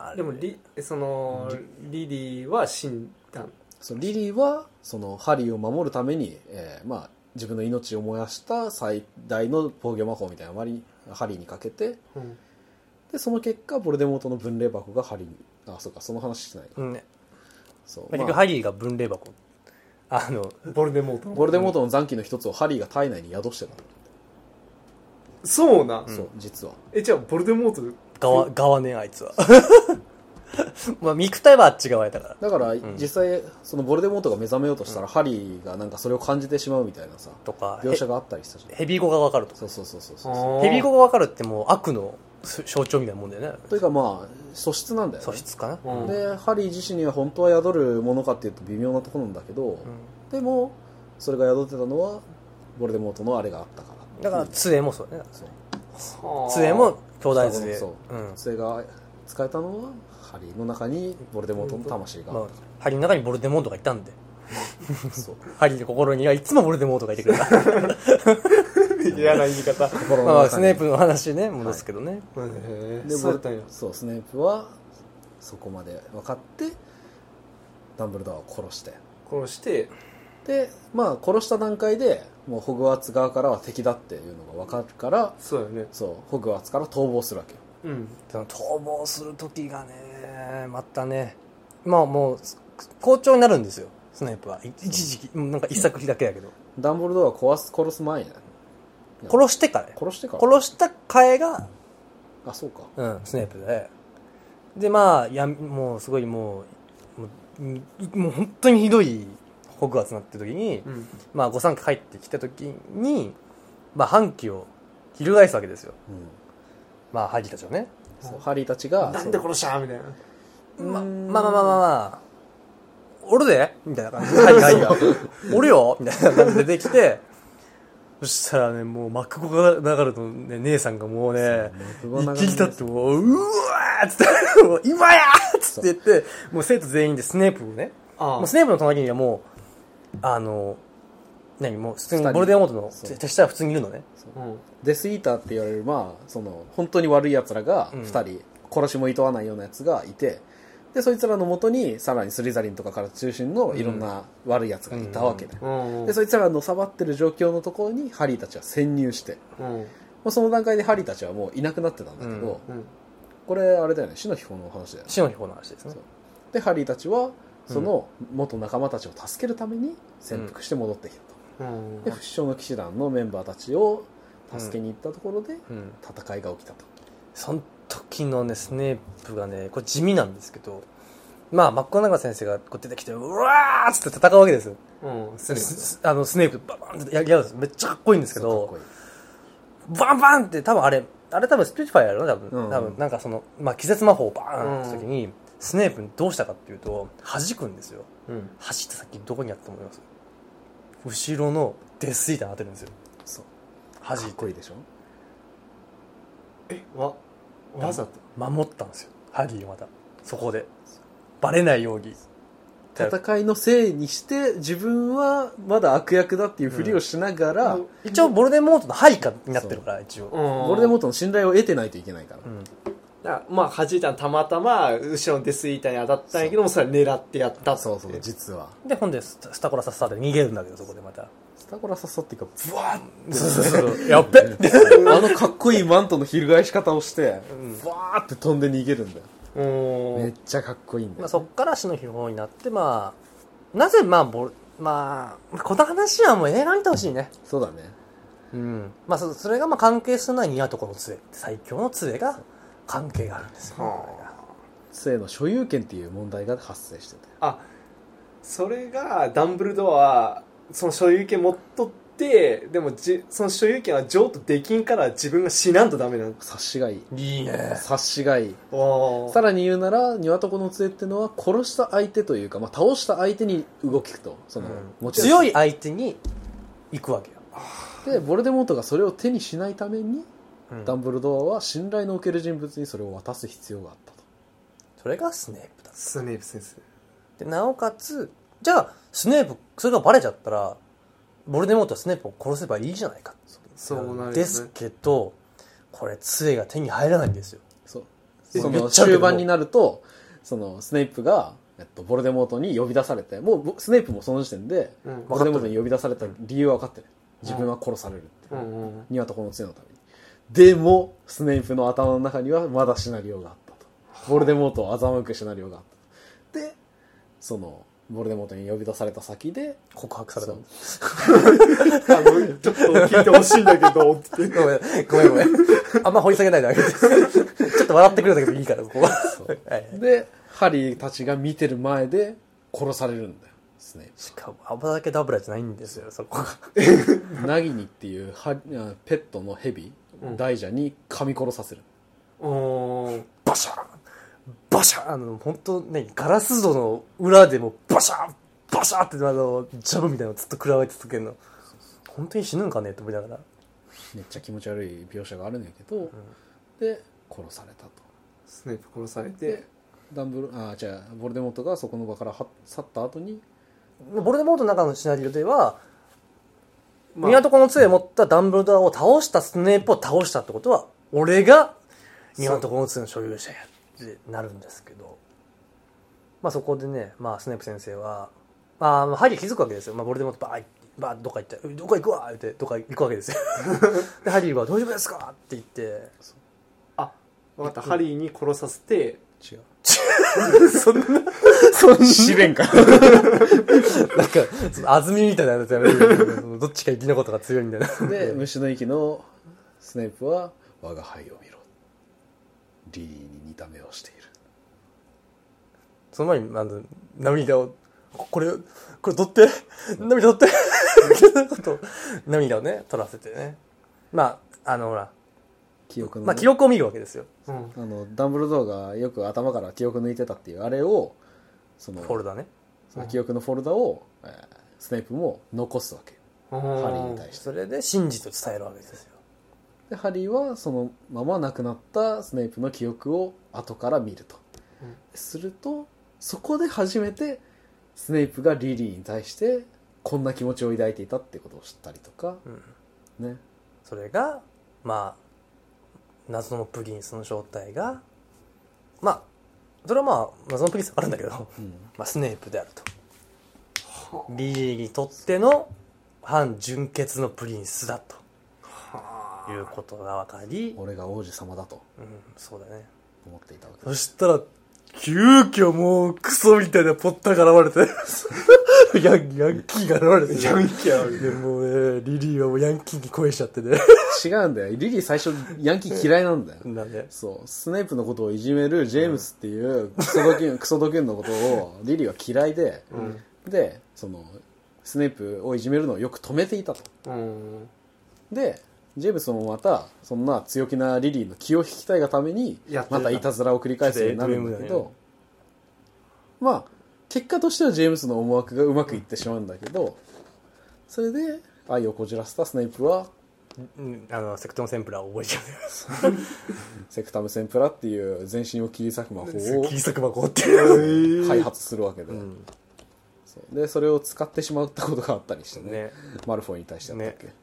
[SPEAKER 1] あれ
[SPEAKER 4] でもリそのリリーは死んだん
[SPEAKER 3] そのリリーはそのハリーを守るために、えーまあ、自分の命を燃やした最大の防御魔法みたいなのをあまりハリーにかけて
[SPEAKER 4] うん
[SPEAKER 3] でその結果ボルデモートの分霊箱がハリーにあそうかその話してない
[SPEAKER 1] うんね
[SPEAKER 3] そう、
[SPEAKER 1] 結
[SPEAKER 3] まあ
[SPEAKER 1] 局ハリーが分霊箱あの
[SPEAKER 4] ボルデモートの
[SPEAKER 3] ボルデモートの残機の一つをハリーが体内に宿してた、
[SPEAKER 4] そうなん、
[SPEAKER 3] そう実は
[SPEAKER 4] えじゃあボルデモート
[SPEAKER 1] 側側ねあいつは まあ肉体はあっち側やったから
[SPEAKER 3] だから実際そのボルデモートが目覚めようとしたら、ハリーがなんかそれを感じてしまうみたいなさ
[SPEAKER 1] とか
[SPEAKER 3] 描写があったりしたじゃん
[SPEAKER 1] ヘビー語が分かると
[SPEAKER 3] そうそうそうそうそう
[SPEAKER 4] ヘ
[SPEAKER 1] ヘビー語が分かるってもう悪の象徴みたいなもんだよね
[SPEAKER 3] というかまあ素質なんだよ
[SPEAKER 1] 素
[SPEAKER 3] ね
[SPEAKER 1] 質かな
[SPEAKER 4] うん
[SPEAKER 3] でハリー自身には本当は宿るものかっていうと微妙なところなんだけど、でもそれが宿ってたのはボルデモートのあれがあったから
[SPEAKER 1] だから杖もそうだね
[SPEAKER 3] そう
[SPEAKER 1] 杖も兄弟
[SPEAKER 3] そう
[SPEAKER 1] 杖
[SPEAKER 3] そう
[SPEAKER 1] ん
[SPEAKER 3] う、それが使えたのは針の中にボルデモートの魂があ
[SPEAKER 1] ま
[SPEAKER 3] っ
[SPEAKER 1] あ、針の中にボルデモントがいたんで
[SPEAKER 3] た、 そう
[SPEAKER 1] 針の心にはいつもボルデモントがいてくれ た
[SPEAKER 4] 嫌な言い 方。
[SPEAKER 3] 心
[SPEAKER 1] ま
[SPEAKER 3] の
[SPEAKER 1] あス
[SPEAKER 3] 中に
[SPEAKER 1] ネープの話ね戻すけどね、
[SPEAKER 4] へ
[SPEAKER 3] で
[SPEAKER 4] え。そうだっ
[SPEAKER 3] ボル
[SPEAKER 4] たんや。
[SPEAKER 3] そうスネープはそこまで分かってダンブルドアを殺して
[SPEAKER 4] 殺して、
[SPEAKER 3] でまあ殺した段階でもうホグワーツ側からは敵だっていうのが分かるから
[SPEAKER 4] そうだよね。
[SPEAKER 3] そうホグワーツから逃亡するわけよ
[SPEAKER 4] うん。
[SPEAKER 1] その逃亡する時がねまたねまあもう好調になるんですよスネープはい一時期うんなんか一作日だけやけど
[SPEAKER 3] ダンボルドアを壊す殺す前に
[SPEAKER 1] 殺してからよ
[SPEAKER 3] 殺してから
[SPEAKER 1] 殺した替えが、
[SPEAKER 3] あそうか
[SPEAKER 1] うん、スネープででまあやみもうすごいもうもうもう本当にひどいホグワーツになってる時に、
[SPEAKER 4] うん。
[SPEAKER 1] まあ御三家帰ってきた時にまあ反旗を翻すわけですよ
[SPEAKER 3] うん
[SPEAKER 1] まあハリーたちをね
[SPEAKER 3] そうハリーたちが
[SPEAKER 4] なんで
[SPEAKER 3] そう
[SPEAKER 4] 殺したみたいな。
[SPEAKER 1] ま
[SPEAKER 3] うーん
[SPEAKER 1] まあまあまあまあまあ、俺でみたいな感じで、はいはいはい、俺よみたいな感じで出てきて、 そしたらね、もう幕語が流れると、ね、姉さんがもうね、
[SPEAKER 3] 幕後
[SPEAKER 1] 一
[SPEAKER 3] 長
[SPEAKER 1] 気に
[SPEAKER 3] 年
[SPEAKER 1] 立ってもう、うわーっつって、もう今やーっつって言って、もう生徒全員でスネープをね、
[SPEAKER 4] あ
[SPEAKER 1] もうスネープの隣にはもう、あの、何もう普通
[SPEAKER 3] 二
[SPEAKER 1] に
[SPEAKER 3] 人
[SPEAKER 1] ボルデモートの
[SPEAKER 3] そう
[SPEAKER 1] 手下は普通にいるのね。
[SPEAKER 4] うん。
[SPEAKER 3] デスイーターって言われるまあその本当に悪い奴らが
[SPEAKER 1] うん
[SPEAKER 3] 2人、殺しも厭わないような奴がいてでそいつらのもとにさらにスリザリンとかから中心のいろんな悪い奴がいたわけだよ、
[SPEAKER 4] うん。
[SPEAKER 3] でそいつらがのさばってる状況のところにハリーたちは潜入しても
[SPEAKER 4] うん。
[SPEAKER 3] うその段階でハリーたちはもういなくなってたんだけど、
[SPEAKER 4] うん。
[SPEAKER 3] これあれだよね死の秘宝のお話だよね
[SPEAKER 1] 死の秘宝の話ですね
[SPEAKER 3] そう。でハリーたちはその元仲間たちを助けるために潜伏して戻ってきたと、
[SPEAKER 4] うん
[SPEAKER 3] で不死鳥の騎士団のメンバーたちを助けに行ったところで
[SPEAKER 1] うん。
[SPEAKER 3] 戦いが起きたと、
[SPEAKER 1] その時のね、スネープがね、これ地味なんですけど、まあ、マッコナガ先生がこう出てきて、うわーっつって戦うわけですよ。
[SPEAKER 4] うん。
[SPEAKER 1] ス
[SPEAKER 4] スネー
[SPEAKER 1] スあのスネープババンってやり合うんですめっちゃかっこいいんですけ
[SPEAKER 3] そうか
[SPEAKER 1] ど
[SPEAKER 3] っこ、いい
[SPEAKER 1] バンバンって多分あれ、あれ多分スピリファイやろ多分。
[SPEAKER 3] うん
[SPEAKER 1] 多分なんかその、まあ、気絶魔法をバーンって時に、スネープどうしたかっていうと、弾くんですよ。
[SPEAKER 4] プ。うん。
[SPEAKER 1] 弾いた先どこにあったと思います後ろのデスイーターに当てるんですよ。
[SPEAKER 3] そう
[SPEAKER 1] 弾
[SPEAKER 3] か
[SPEAKER 1] い
[SPEAKER 3] っこ
[SPEAKER 1] て。
[SPEAKER 3] いいでしょ
[SPEAKER 4] え、わ、わざと。
[SPEAKER 1] 守ったんですよ。ハリーをまた。そこで。バレないように。
[SPEAKER 3] 戦いのせいにして自分はまだ悪役だっていうふりをしながら、
[SPEAKER 4] うん
[SPEAKER 1] 一応ボルデモートの配下になってるから一応、
[SPEAKER 4] ん
[SPEAKER 3] ボルデモートの信頼を得てないといけないから、
[SPEAKER 1] うん
[SPEAKER 4] だからまあ、弾いたのたまたま、後ろのデスイーターに当たったんやけども、それは狙ってやったって。
[SPEAKER 3] そうそう実は
[SPEAKER 1] でほんでススタコラサッサーで逃げるんだけどそこでまた
[SPEAKER 3] スタコラ誘っていうかブワー
[SPEAKER 1] そうそうそうやっべ
[SPEAKER 3] ッ あのかっこいいマントの翻し方をしてブワーって飛んで逃げるんだよ
[SPEAKER 4] う
[SPEAKER 3] め
[SPEAKER 4] ん
[SPEAKER 3] っ。ちゃかっこいいんだ
[SPEAKER 1] まあ
[SPEAKER 3] よ
[SPEAKER 1] そっから死の秘宝になってまあなぜまあボルまあこの話はもう映画見てほしいね
[SPEAKER 3] そうだね
[SPEAKER 1] うんまあそそれがまあ関係するのはニアとこの杖最強の杖が関係があるんですよ
[SPEAKER 4] は
[SPEAKER 3] 性の所有権っていう問題が発生してて
[SPEAKER 4] あ、それが、ダンブルドア、その所有権持っとって、でもじ、その所有権は譲渡できんから自分が死なんとダメなんです。
[SPEAKER 3] 察しがいい
[SPEAKER 1] いいね
[SPEAKER 3] 察しがいい
[SPEAKER 4] お
[SPEAKER 3] さらに言うなら庭床の杖ってのは殺した相手というか、まあ、倒した相手に動きとその、持ち味
[SPEAKER 1] 強い相手に行くわけよ、
[SPEAKER 3] でボルデモートがそれを手にしないために、
[SPEAKER 1] うん
[SPEAKER 3] ダンブルドアは信頼のおける人物にそれを渡す必要があったと
[SPEAKER 1] それがスネープだ
[SPEAKER 4] スネープ先生。
[SPEAKER 1] でなおかつじゃあスネープそれがバレちゃったらボルデモートはスネープを殺せばいいじゃないか
[SPEAKER 4] そうなるよね
[SPEAKER 1] ですけどこれ杖が手に入らないんですよ
[SPEAKER 3] そう
[SPEAKER 1] え
[SPEAKER 3] そ
[SPEAKER 1] 言
[SPEAKER 3] の
[SPEAKER 1] っちゃうけど
[SPEAKER 3] 終盤になるとそのスネイプが、えっと、ボルデモートに呼び出されてもうぼスネイプもその時点で、
[SPEAKER 4] うん
[SPEAKER 3] ボルデモートに呼び出された理由は分かってる自分は殺されるって、
[SPEAKER 4] うんうん。
[SPEAKER 3] ニワトコの杖のためにでもスネイプの頭の中にはまだシナリオがあったとボルデモートを欺くシナリオがあったでそのボルデモートに呼び出された先で
[SPEAKER 1] 告白されたの
[SPEAKER 4] あの、ちょっと聞いてほしいんだけど、って。
[SPEAKER 1] ごめんごめんごめんあんま掘り下げないであげてちょっと笑ってくれたけどいいからここははいはい
[SPEAKER 3] でハリーたちが見てる前で殺されるんだよスネイ
[SPEAKER 1] しかもアバダケダブラじゃないんですよそこが
[SPEAKER 3] プナギニっていうハリあペットのヘビ大蛇に噛み殺させる、
[SPEAKER 4] うん。
[SPEAKER 1] バシャーンバシャーンあの本当ねガラス戸の裏でもバシャーンバシャーンってあのジャブみたいなのずっと食らわれ続けるの本当に死ぬんかねって思いながら
[SPEAKER 3] めっちゃ気持ち悪い描写があるんやけど、で殺されたと
[SPEAKER 4] スネープ殺され
[SPEAKER 3] で
[SPEAKER 4] て
[SPEAKER 3] ダンブルあじゃあボルデモートがそこの場からは去った後に
[SPEAKER 1] ボルデモートの中のシナリオでは、
[SPEAKER 4] まあ
[SPEAKER 1] 港の杖を持ったダンブルドアを倒したスネープを倒したってことは俺が港の杖の所有者やってなるんですけど、まあ、そこでね、まあ、スネープ先生は、まあ、ハリー気づくわけですよ、まあ、ボルデモートバーッバーッどっか行って「どっか行くわ!」ってどっか行くわけ ですよでハリーは「大丈夫ですか?」って言って
[SPEAKER 4] あ分かったハリーに殺させて
[SPEAKER 3] 違う
[SPEAKER 1] そんな、そんな、
[SPEAKER 3] 試練か
[SPEAKER 1] なんか、その安住みたいなやつやめてくれどっちか生き残ったが強いみたいな。
[SPEAKER 3] で虫の息のスネープは「我が輩を見ろ」リリーに似た目をしている
[SPEAKER 1] その前に、あの、涙を、ここれ、これ取って、涙取って、みたいなことを涙をね、取らせてね。まあ、あの、ほら、
[SPEAKER 3] 記憶のね、
[SPEAKER 1] まあ、記録を見るわけですよ。
[SPEAKER 4] うん
[SPEAKER 3] あのダンブルドアがよく頭から記憶抜いてたっていうあれをその
[SPEAKER 1] フォルダね。
[SPEAKER 3] その記憶のフォルダを、えースネープも残すわけハリーに対して
[SPEAKER 1] それで真実を伝えるわけですよ。
[SPEAKER 3] でハリーはそのまま亡くなったスネープの記憶を後から見ると、
[SPEAKER 4] うん
[SPEAKER 3] するとそこで初めてスネープがリリーに対してこんな気持ちを抱いていたってことを知ったりとか、
[SPEAKER 1] うん。
[SPEAKER 3] ね
[SPEAKER 1] それが、まあ、謎のプリンスの正体が、まあ、それはまあ、謎のプリンスわかるんだけど、
[SPEAKER 3] うん
[SPEAKER 1] まあ、スネープであるとリリーにとっての反純血のプリンスだということが分かり、
[SPEAKER 3] 俺が王子様だと
[SPEAKER 1] うん、そうだね
[SPEAKER 3] 思っていたわけ
[SPEAKER 1] そしたら急遽もうクソみたいなポッタが現れ てヤンヤンキーが現れて
[SPEAKER 4] ヤンキーあ
[SPEAKER 1] でもうねリリーはもうヤンキーに恋しちゃってね
[SPEAKER 3] 違うんだよリリー最初ヤンキー嫌いなんだよ
[SPEAKER 1] なんで
[SPEAKER 3] そうスネープのことをいじめるジェームスっていうクソ ドキュン、クソドキュンのことをリリーは嫌いで、
[SPEAKER 4] うん
[SPEAKER 3] でそのスネープをいじめるのをよく止めていたと
[SPEAKER 4] うん
[SPEAKER 3] でジェームスもまたそんな強気なリリーの気を引きたいがために
[SPEAKER 4] やってた
[SPEAKER 3] またいたずらを繰り返すようになるんだけ
[SPEAKER 1] ちょっと ATM
[SPEAKER 3] どまあ結果としてはジェームスの思惑がうまくいってしまうんだけどそれで愛をこじらせたスネープは
[SPEAKER 1] うんあのセクトンセンプラーを覚えちゃ
[SPEAKER 3] セクタムセンプラっていう全身を切り裂く魔法
[SPEAKER 1] う
[SPEAKER 3] を
[SPEAKER 1] よ切り裂く箱っていう
[SPEAKER 3] 開発するわけで、
[SPEAKER 1] ん
[SPEAKER 3] そうでそれを使ってしまったことがあったりしてね
[SPEAKER 1] ね
[SPEAKER 3] マルフォイに対してだったっけ、
[SPEAKER 1] ね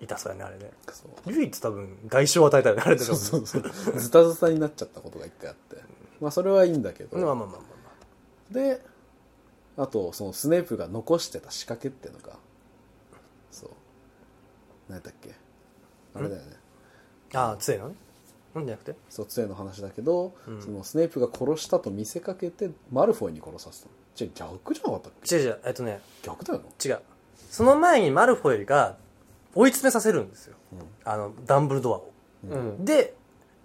[SPEAKER 1] 痛そうやねあれね
[SPEAKER 3] そう
[SPEAKER 1] リリーって多分外傷を与えたよねあれで
[SPEAKER 3] そうそうそうズタズタになっちゃったことが一回あってまあそれはいいんだけど、
[SPEAKER 1] まあまあまあまあまあ
[SPEAKER 3] であとそのスネープが残してた仕掛けってのがそう何やったっけあれだよね
[SPEAKER 1] ああ杖のねなんじゃなくて
[SPEAKER 3] そう杖の話だけど、
[SPEAKER 1] うん
[SPEAKER 3] そのスネープが殺したと見せかけてマルフォイに殺させたのじゃ逆じゃなかったっけ
[SPEAKER 1] 違う違うえっとね
[SPEAKER 3] 逆だよな
[SPEAKER 1] 違うその前にマルフォイが追い詰めさせるんですよ、あのダンブルドアを
[SPEAKER 4] うん
[SPEAKER 1] で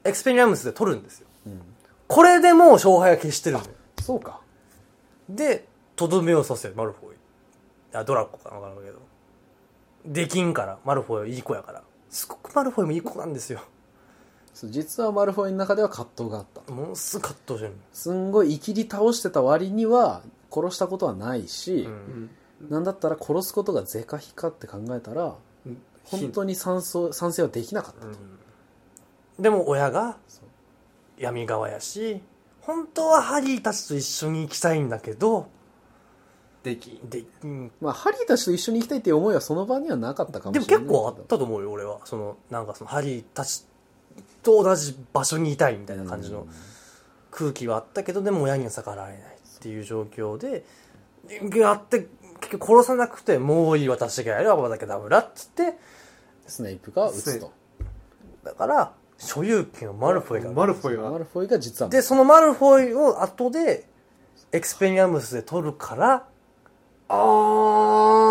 [SPEAKER 1] エクスペリアムスで取るんですよ
[SPEAKER 3] うん
[SPEAKER 1] これでもう勝敗は決してるんだよ
[SPEAKER 3] そうか
[SPEAKER 1] でとどめをさせるマルフォイあドラコかわからんけどできんからマルフォイいい子やからすごくマルフォイもいい子なんですよ
[SPEAKER 3] そう実はマルフォイの中では葛藤があった
[SPEAKER 1] ものすごい葛藤してる
[SPEAKER 3] すんごい生きり倒してた割には殺したことはないし、
[SPEAKER 1] の、う
[SPEAKER 4] うんん
[SPEAKER 3] なんだったら殺すことが是か非かって考えたら本当に賛成賛成はできなかったと、
[SPEAKER 1] うんでも親が
[SPEAKER 3] そう
[SPEAKER 1] 闇側やし本当はハリーたちと一緒に行きたいんだけど
[SPEAKER 4] でき
[SPEAKER 1] で,、うん、
[SPEAKER 3] まあ、ハリーたちと一緒に行きたいっていう思いはその場にはなかったかも
[SPEAKER 1] で
[SPEAKER 3] し
[SPEAKER 1] も
[SPEAKER 3] れない
[SPEAKER 1] 結構あったと思うよ俺はそのなんかそのハリーたちと同じ場所にいたいみたいな感じの空気はあったけどでも親には逆らえないっていう状況でやって結局殺さなくてもういい私がやれば私がダメだっつって
[SPEAKER 3] スネイプが撃つと
[SPEAKER 1] だから所有権をマルフォイが
[SPEAKER 4] マルフォイ
[SPEAKER 3] マ
[SPEAKER 4] は
[SPEAKER 3] ルフォイが実は
[SPEAKER 1] でそのマルフォイを後でエクスペリアムスで取るから
[SPEAKER 4] あ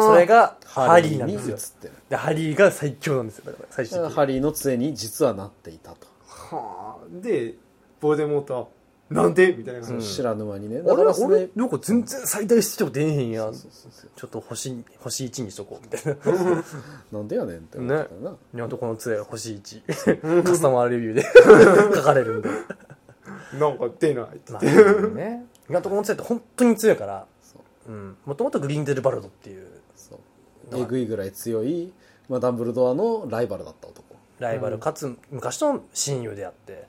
[SPEAKER 1] それがハ
[SPEAKER 3] ハ
[SPEAKER 1] リ
[SPEAKER 3] リ
[SPEAKER 1] ー
[SPEAKER 3] ー
[SPEAKER 1] なん
[SPEAKER 3] に
[SPEAKER 1] で
[SPEAKER 3] 移っ
[SPEAKER 1] すよ
[SPEAKER 3] てる
[SPEAKER 1] でハリーが最強なんですよだから最
[SPEAKER 3] だから
[SPEAKER 1] 終的
[SPEAKER 3] ハリーの杖に実はなっていたと、
[SPEAKER 4] はあでボーデモートはなんでみたいな感じ
[SPEAKER 3] 知らぬ間にね
[SPEAKER 1] に
[SPEAKER 3] だからスネイ
[SPEAKER 1] 俺
[SPEAKER 3] プ
[SPEAKER 1] なんか全然最大出力出えへんやん
[SPEAKER 3] そうそうそう
[SPEAKER 1] ちょっと星星1にしとこうみ たい
[SPEAKER 3] なんでやねんって思ってたよな、
[SPEAKER 1] な今のとこの杖が星1カスタマーレビューで 書かれるんで
[SPEAKER 4] なんか出ないって
[SPEAKER 1] まあね今のとこの杖って本当に強いから
[SPEAKER 3] そう
[SPEAKER 1] もともとグリンデルバルドっていう
[SPEAKER 3] そう
[SPEAKER 1] の
[SPEAKER 3] えぐいぐらい強い、まあ、ダンブルドアのライバルだった男
[SPEAKER 1] ライバルかつ昔の親友であって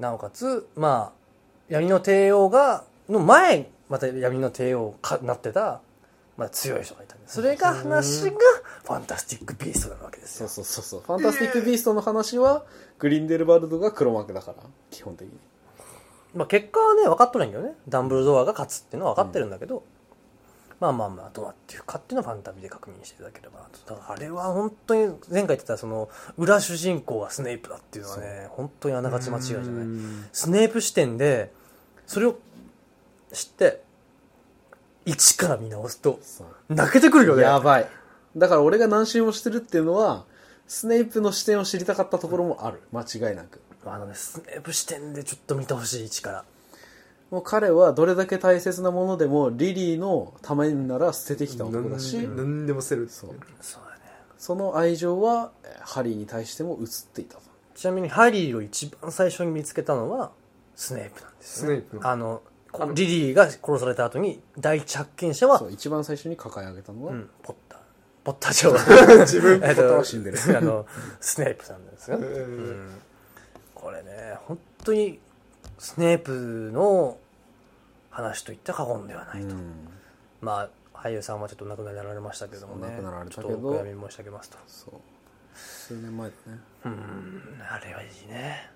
[SPEAKER 1] なおかつまあ闇の帝王がの前また闇の帝王かなってた、まあ、強い人がいたんですそれが話がファンタスティック・ビーストなわけです
[SPEAKER 3] そう
[SPEAKER 1] よ
[SPEAKER 3] そうそうそうファンタスティック・ビーストの話はグリンデルバルドが黒幕だから基本的に
[SPEAKER 1] まあ、結果はね分かっとるんやけどねダンブルドアが勝つっていうのは分かってるんだけど、まあまあまあどうなっていうかっていうのはファンタビで確認していただければなとだからあれは本当に前回言ってたその裏主人公がスネイプだっていうのはね本当にあながち間違いじゃないスネープ視点でそれを知って一から見直すと
[SPEAKER 3] そう
[SPEAKER 1] 泣けてくるよね
[SPEAKER 3] やばいだから俺が何周もしてるっていうのはスネイプの視点を知りたかったところもある間違いなく
[SPEAKER 1] あのねスネープ視点でちょっと見てほしい一から
[SPEAKER 3] もう彼はどれだけ大切なものでもリリーのためになら捨ててきた男だし
[SPEAKER 4] 何何でもせるそう
[SPEAKER 1] そうだね
[SPEAKER 3] その愛情はえーハリーに対しても移っていたと
[SPEAKER 1] ちなみにハリーを一番最初に見つけたのはスネープなんです
[SPEAKER 4] ス
[SPEAKER 1] よ
[SPEAKER 4] ネ
[SPEAKER 1] ね
[SPEAKER 4] イプ
[SPEAKER 1] あのこリリーが殺された後に第一発見者は
[SPEAKER 3] そう一番最初に抱え上げたのは、
[SPEAKER 1] うん、ポッターポッターじゃない 自分ポッ
[SPEAKER 3] ターは死んでる
[SPEAKER 1] あのスネープさんなんですよ、うんこれね本当にスネープの話といったら過言ではないと、
[SPEAKER 3] うん
[SPEAKER 1] まあ俳優さんはちょっとお亡くなりになられましたけどもね
[SPEAKER 3] そう亡くなられたけど
[SPEAKER 1] ちょっとお悔やみ申し上げますと
[SPEAKER 3] そう数年前だね
[SPEAKER 1] うんあれはいいね、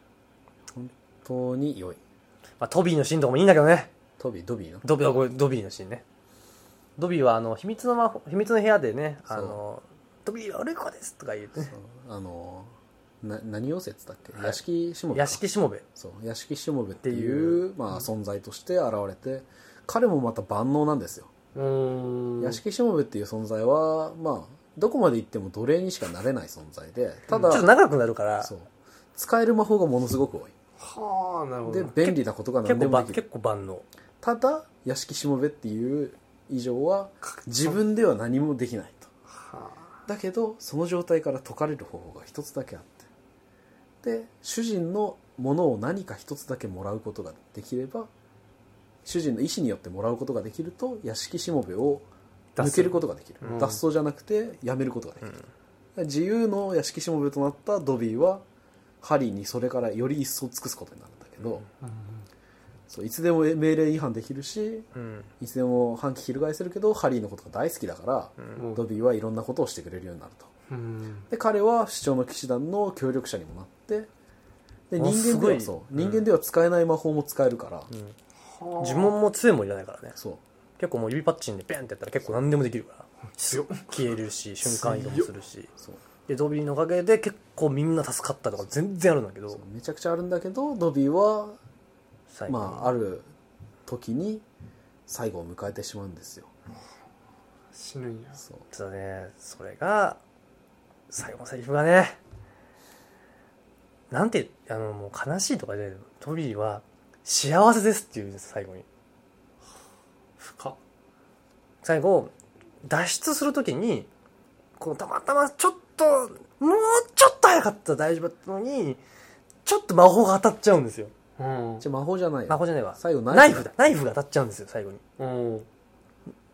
[SPEAKER 3] 本当に良い
[SPEAKER 1] まあ、トビーのシーンとかもいいんだけどね
[SPEAKER 3] トビードビーの
[SPEAKER 1] ドビーあごめんドビーのシーンねドビーはあの秘密の魔法秘密の部屋でねあのドビーは俺子ですとか言ってね
[SPEAKER 3] あのな何溶説だっけ、屋敷しもべか
[SPEAKER 1] 屋敷しもべ
[SPEAKER 3] そう屋敷しもべっていう
[SPEAKER 1] っ
[SPEAKER 3] まあ、存在として現れて彼もまた万能なんですよ、
[SPEAKER 4] うん
[SPEAKER 3] 屋敷しもべっていう存在はまあどこまで行っても奴隷にしかなれない存在でただ、
[SPEAKER 1] ちょっと長くなるから
[SPEAKER 3] そう使える魔法がものすごく多い
[SPEAKER 4] はあなるほど
[SPEAKER 3] で便利なことが
[SPEAKER 1] 結
[SPEAKER 3] 何で
[SPEAKER 1] 構
[SPEAKER 3] も
[SPEAKER 1] ば
[SPEAKER 3] でき
[SPEAKER 1] 結
[SPEAKER 3] る
[SPEAKER 1] 構万能
[SPEAKER 3] ただ屋敷しもべっていう以上は自分では何もできないと
[SPEAKER 4] はあ
[SPEAKER 3] だけどその状態から解かれる方法が一つだけあってで主人のものを何か一つだけもらうことができれば主人の意思によってもらうことができると屋敷しもべを抜けることができる脱
[SPEAKER 4] うん
[SPEAKER 3] 走,、じゃなくてやめることができる、自由の屋敷しもべとなったドビーはハリーにそれからより一層尽くすことになるんだけど、そういつでも命令違反できるし
[SPEAKER 1] うん
[SPEAKER 3] いつでも反旗翻せるけどハリーのことが大好きだから、
[SPEAKER 4] もう
[SPEAKER 3] ドビーはいろんなことをしてくれるようになると
[SPEAKER 4] うん
[SPEAKER 3] で彼は主張の騎士団の協力者にもなってで
[SPEAKER 1] あす
[SPEAKER 3] 人間
[SPEAKER 1] ご
[SPEAKER 3] で
[SPEAKER 1] い
[SPEAKER 3] はそう人間では使えない魔法も使えるから、
[SPEAKER 1] 呪文も杖もいらないからね
[SPEAKER 3] そう
[SPEAKER 1] 結構もう指パッチンでペンってやったら結構何でもできるから消えるし瞬間移動もするし
[SPEAKER 3] そう
[SPEAKER 1] でドビーのおかげで結構みんな助かったとか全然あるんだけど
[SPEAKER 3] めちゃくちゃあるんだけどドビーは、
[SPEAKER 1] 最後に
[SPEAKER 3] まあ、ある時に最後を迎えてしまうんですよ
[SPEAKER 4] 死ぬんや
[SPEAKER 3] そう
[SPEAKER 1] そうだねそれが最後のセリフがねなんてあのもう悲しいとかでドビーは幸せですっていうんです最後に
[SPEAKER 4] 深っ
[SPEAKER 1] 最後脱出するときにこのたまたまちょっともうちょっと早かったら大丈夫だったのにちょっと魔法が当たっちゃうんですよ
[SPEAKER 4] うん
[SPEAKER 3] じゃあ魔法じゃない
[SPEAKER 1] 魔法じゃないわ
[SPEAKER 3] 最後ナイ
[SPEAKER 1] ナイフ
[SPEAKER 3] フ
[SPEAKER 1] だナイフが当たっちゃうんですよ最後に
[SPEAKER 4] うん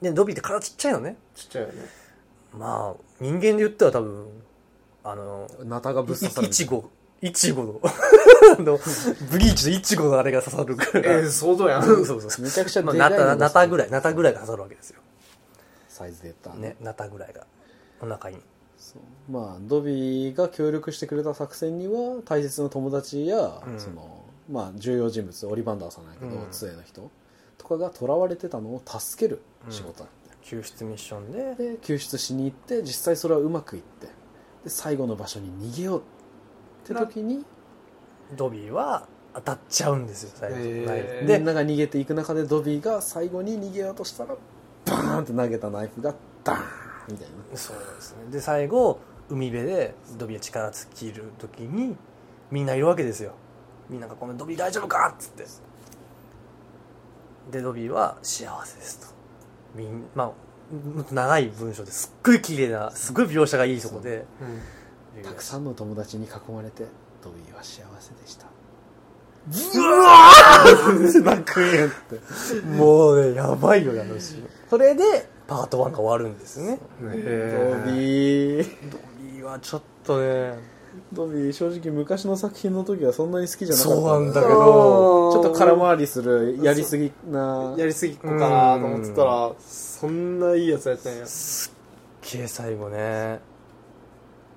[SPEAKER 1] でドビーって体ちっちゃいのね
[SPEAKER 4] ちっちゃいよね
[SPEAKER 1] まあ人間で言ったら多分あの
[SPEAKER 3] ナタがぶっ刺さ
[SPEAKER 1] い
[SPEAKER 3] る
[SPEAKER 1] いちごいち ごのあのブリーチのいちごのあれが刺さるか
[SPEAKER 4] え
[SPEAKER 1] ら、
[SPEAKER 4] ー、相当やん
[SPEAKER 1] そうそうそう
[SPEAKER 3] めちゃくちゃで
[SPEAKER 1] まあ
[SPEAKER 3] かいの
[SPEAKER 1] ナタナタぐら
[SPEAKER 3] い
[SPEAKER 1] いナタぐらいが刺さるわけですよ
[SPEAKER 3] サイズで言ったら
[SPEAKER 1] ねナタぐらいがお腹に
[SPEAKER 3] そうまあドビーが協力してくれた作戦には大切な友達や、
[SPEAKER 1] うん
[SPEAKER 3] そのまあ、重要人物オリバンダーさんなんやけど、
[SPEAKER 1] うん
[SPEAKER 3] 杖の人とかが囚われてたのを助ける仕事だっ
[SPEAKER 1] 救出ミッションで
[SPEAKER 3] て、で救出しに行って実際それはうまくいってで最後の場所に逃げようって時に
[SPEAKER 1] ドビーは当たっちゃうんですよ最後、
[SPEAKER 4] へー
[SPEAKER 1] ナイフ
[SPEAKER 3] みんなが逃げていく中でドビーが最後に逃げようとしたらバーンって投げたナイフがダーンみたいな
[SPEAKER 1] でそうですねで最後海辺でドビーが力尽きる時にみんないるわけですよみんながこのドビー大丈夫か?」っつってでドビーは「幸せです」とみんまあもっと長い文章ですっごい綺麗なすごい描写がいいとこで
[SPEAKER 4] うん
[SPEAKER 3] たくさんの友達に囲まれてドビーは幸せでした
[SPEAKER 1] もうねやばいよあのシーンそれでパート1が終わるんですね
[SPEAKER 3] ド
[SPEAKER 4] え
[SPEAKER 3] ビー
[SPEAKER 1] ドビーはちょっとね
[SPEAKER 3] ドビー正直昔の作品の時はそんなに好きじゃなかった
[SPEAKER 1] そうなんだけ
[SPEAKER 3] ち
[SPEAKER 1] ど
[SPEAKER 3] ょっと空回りするやりすぎな
[SPEAKER 4] やりすぎっこかなと思ってたらそんないいやつやったんや
[SPEAKER 1] 掲載後ね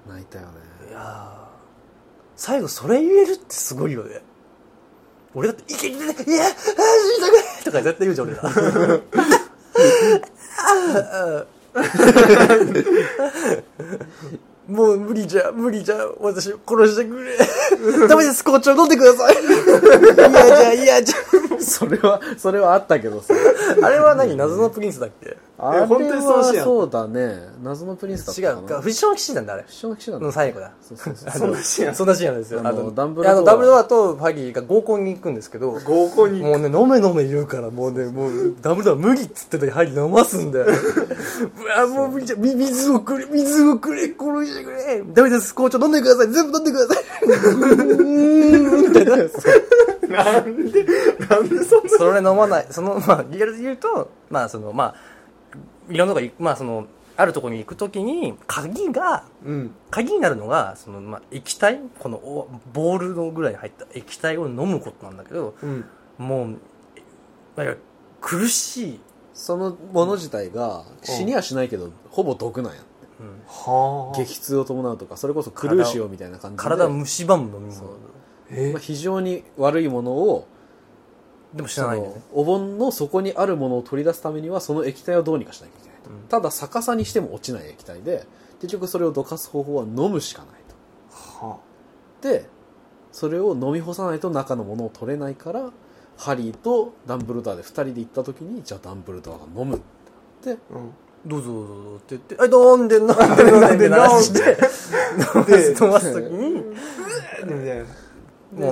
[SPEAKER 3] 泣いたよね
[SPEAKER 1] いやー最後それ言えるってすごいよね俺だって「いけいけいやあー死にたくない!」とか絶対言うじゃん俺らあーもう無理じゃ無理じゃ私殺してくれダメです紅茶飲んでくださいいやじゃいやじ
[SPEAKER 3] それはそれはあったけどさ
[SPEAKER 1] ゃあれは何謎のプリンスだっけ
[SPEAKER 3] あれは
[SPEAKER 4] 本当にそうしやん
[SPEAKER 3] そうだね謎のプリンスだった
[SPEAKER 1] 違うか
[SPEAKER 3] かな
[SPEAKER 1] 藤島騎士なんだあれ
[SPEAKER 3] 不祥の騎士なん
[SPEAKER 1] の
[SPEAKER 3] だ
[SPEAKER 1] 最後だ
[SPEAKER 3] そうそうそう
[SPEAKER 1] あの
[SPEAKER 4] そんなシーンや
[SPEAKER 1] そんなシーンなんですよ
[SPEAKER 3] あのダンブルド
[SPEAKER 1] ド
[SPEAKER 3] ア
[SPEAKER 1] アダブルドアとファギーが合コンに行くんですけど
[SPEAKER 4] 合コンに
[SPEAKER 1] もうね、飲め飲め言うから、もうね、もう、ダブルだ、無理っつってたに入り飲ますんだよ。うわ、もう無理じゃ、み水をくれ、水をくれ、殺してくれ。ダメです、紅茶飲んでください、全部飲んでください。
[SPEAKER 4] なんでなんでそんな
[SPEAKER 1] それ飲まない、その、まあ、リアルで言うと、まあ、その、まあ、いろんなとこ行く、まあ、その、あるとこに行くときに、鍵が、
[SPEAKER 4] うん
[SPEAKER 1] 鍵になるのが、その、まあ、液体この、おボールのぐらいに入った液体を飲むことなんだけど、
[SPEAKER 4] うん
[SPEAKER 1] もう、なんか、苦しい。
[SPEAKER 3] そのもの自体が死にはしないけどほぼ毒なんや
[SPEAKER 1] うん
[SPEAKER 4] はあ
[SPEAKER 3] 激痛を伴うとかそれこそクルーシオみたいな感じで
[SPEAKER 1] 体を蝕む飲み
[SPEAKER 3] そう
[SPEAKER 1] 物。
[SPEAKER 4] え
[SPEAKER 3] まあ非常に悪いものを
[SPEAKER 1] でも知
[SPEAKER 3] そ
[SPEAKER 1] らないんだよ
[SPEAKER 3] の
[SPEAKER 1] ね。
[SPEAKER 3] お盆の底にあるものを取り出すためにはその液体をどうにかしなきゃいけないと、
[SPEAKER 1] うん
[SPEAKER 3] ただ逆さにしても落ちない液体で結局それをどかす方法は飲むしかない
[SPEAKER 4] は
[SPEAKER 3] とでそれを飲み干さないと中のものを取れないからハリーとダンブルドアで2人で行った時にじゃあダンブルドアが飲むってなって
[SPEAKER 4] あうん
[SPEAKER 1] どうぞどうぞどうぞって言って、あ、飲んで飲んで飲んで飲んで飲ますときに、
[SPEAKER 4] みたい
[SPEAKER 1] も
[SPEAKER 4] な
[SPEAKER 1] う
[SPEAKER 3] で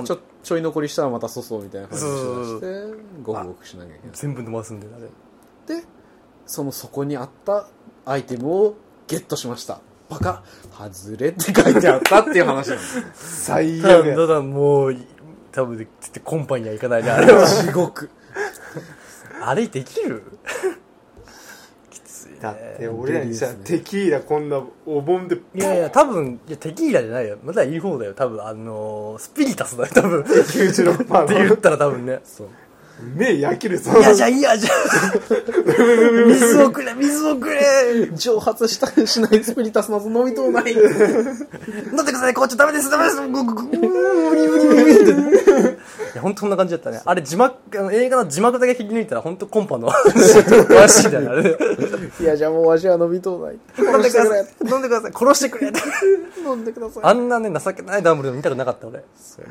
[SPEAKER 3] ちょちょい残りしたらまた注そうみたいな感じで
[SPEAKER 1] そうそうそ
[SPEAKER 3] してごくごくしなきゃいけない
[SPEAKER 1] 全部飲ますんで、あれ。
[SPEAKER 3] でその底にあったアイテムをゲットしましたバカ外れって書いてあったっていう話なんです
[SPEAKER 4] 最
[SPEAKER 1] ただ、
[SPEAKER 4] 悪
[SPEAKER 1] た
[SPEAKER 4] や
[SPEAKER 1] だもう、多分、つってコンパには行かないで、あれは。
[SPEAKER 3] 地獄
[SPEAKER 1] あれできるきついね。
[SPEAKER 4] だって俺らにさテキーラこんなお盆で
[SPEAKER 1] いやいや、多分、いや、テキーラじゃないよ。まだいい方だよ。多分、あのー、スピリタスだよ、多分。って
[SPEAKER 4] 96%パー
[SPEAKER 1] 言
[SPEAKER 4] の
[SPEAKER 1] ったら多分ね。そう。
[SPEAKER 4] 目焼けるぞ
[SPEAKER 1] いやじゃん、いや じゃん。水をくれ、水をくれ。
[SPEAKER 3] 蒸発したしないスピリタスなど飲みとうない
[SPEAKER 1] 飲んでください、紅茶ダメです、ダ メです、ぐぐぐぐ無理無理無理無理って。いや、ほんとそんな感じだったね。あれ、字幕、あの映画の字幕だけ引き抜いたら、ほんとコンパの 詳しいみたいなあれ。飲んで
[SPEAKER 3] いやじゃあもうわしは飲みとうない
[SPEAKER 1] ください、飲んでください、殺してくれって。
[SPEAKER 3] 飲んでください
[SPEAKER 1] あんなね、情けないダンブルドア見たくなかった、俺。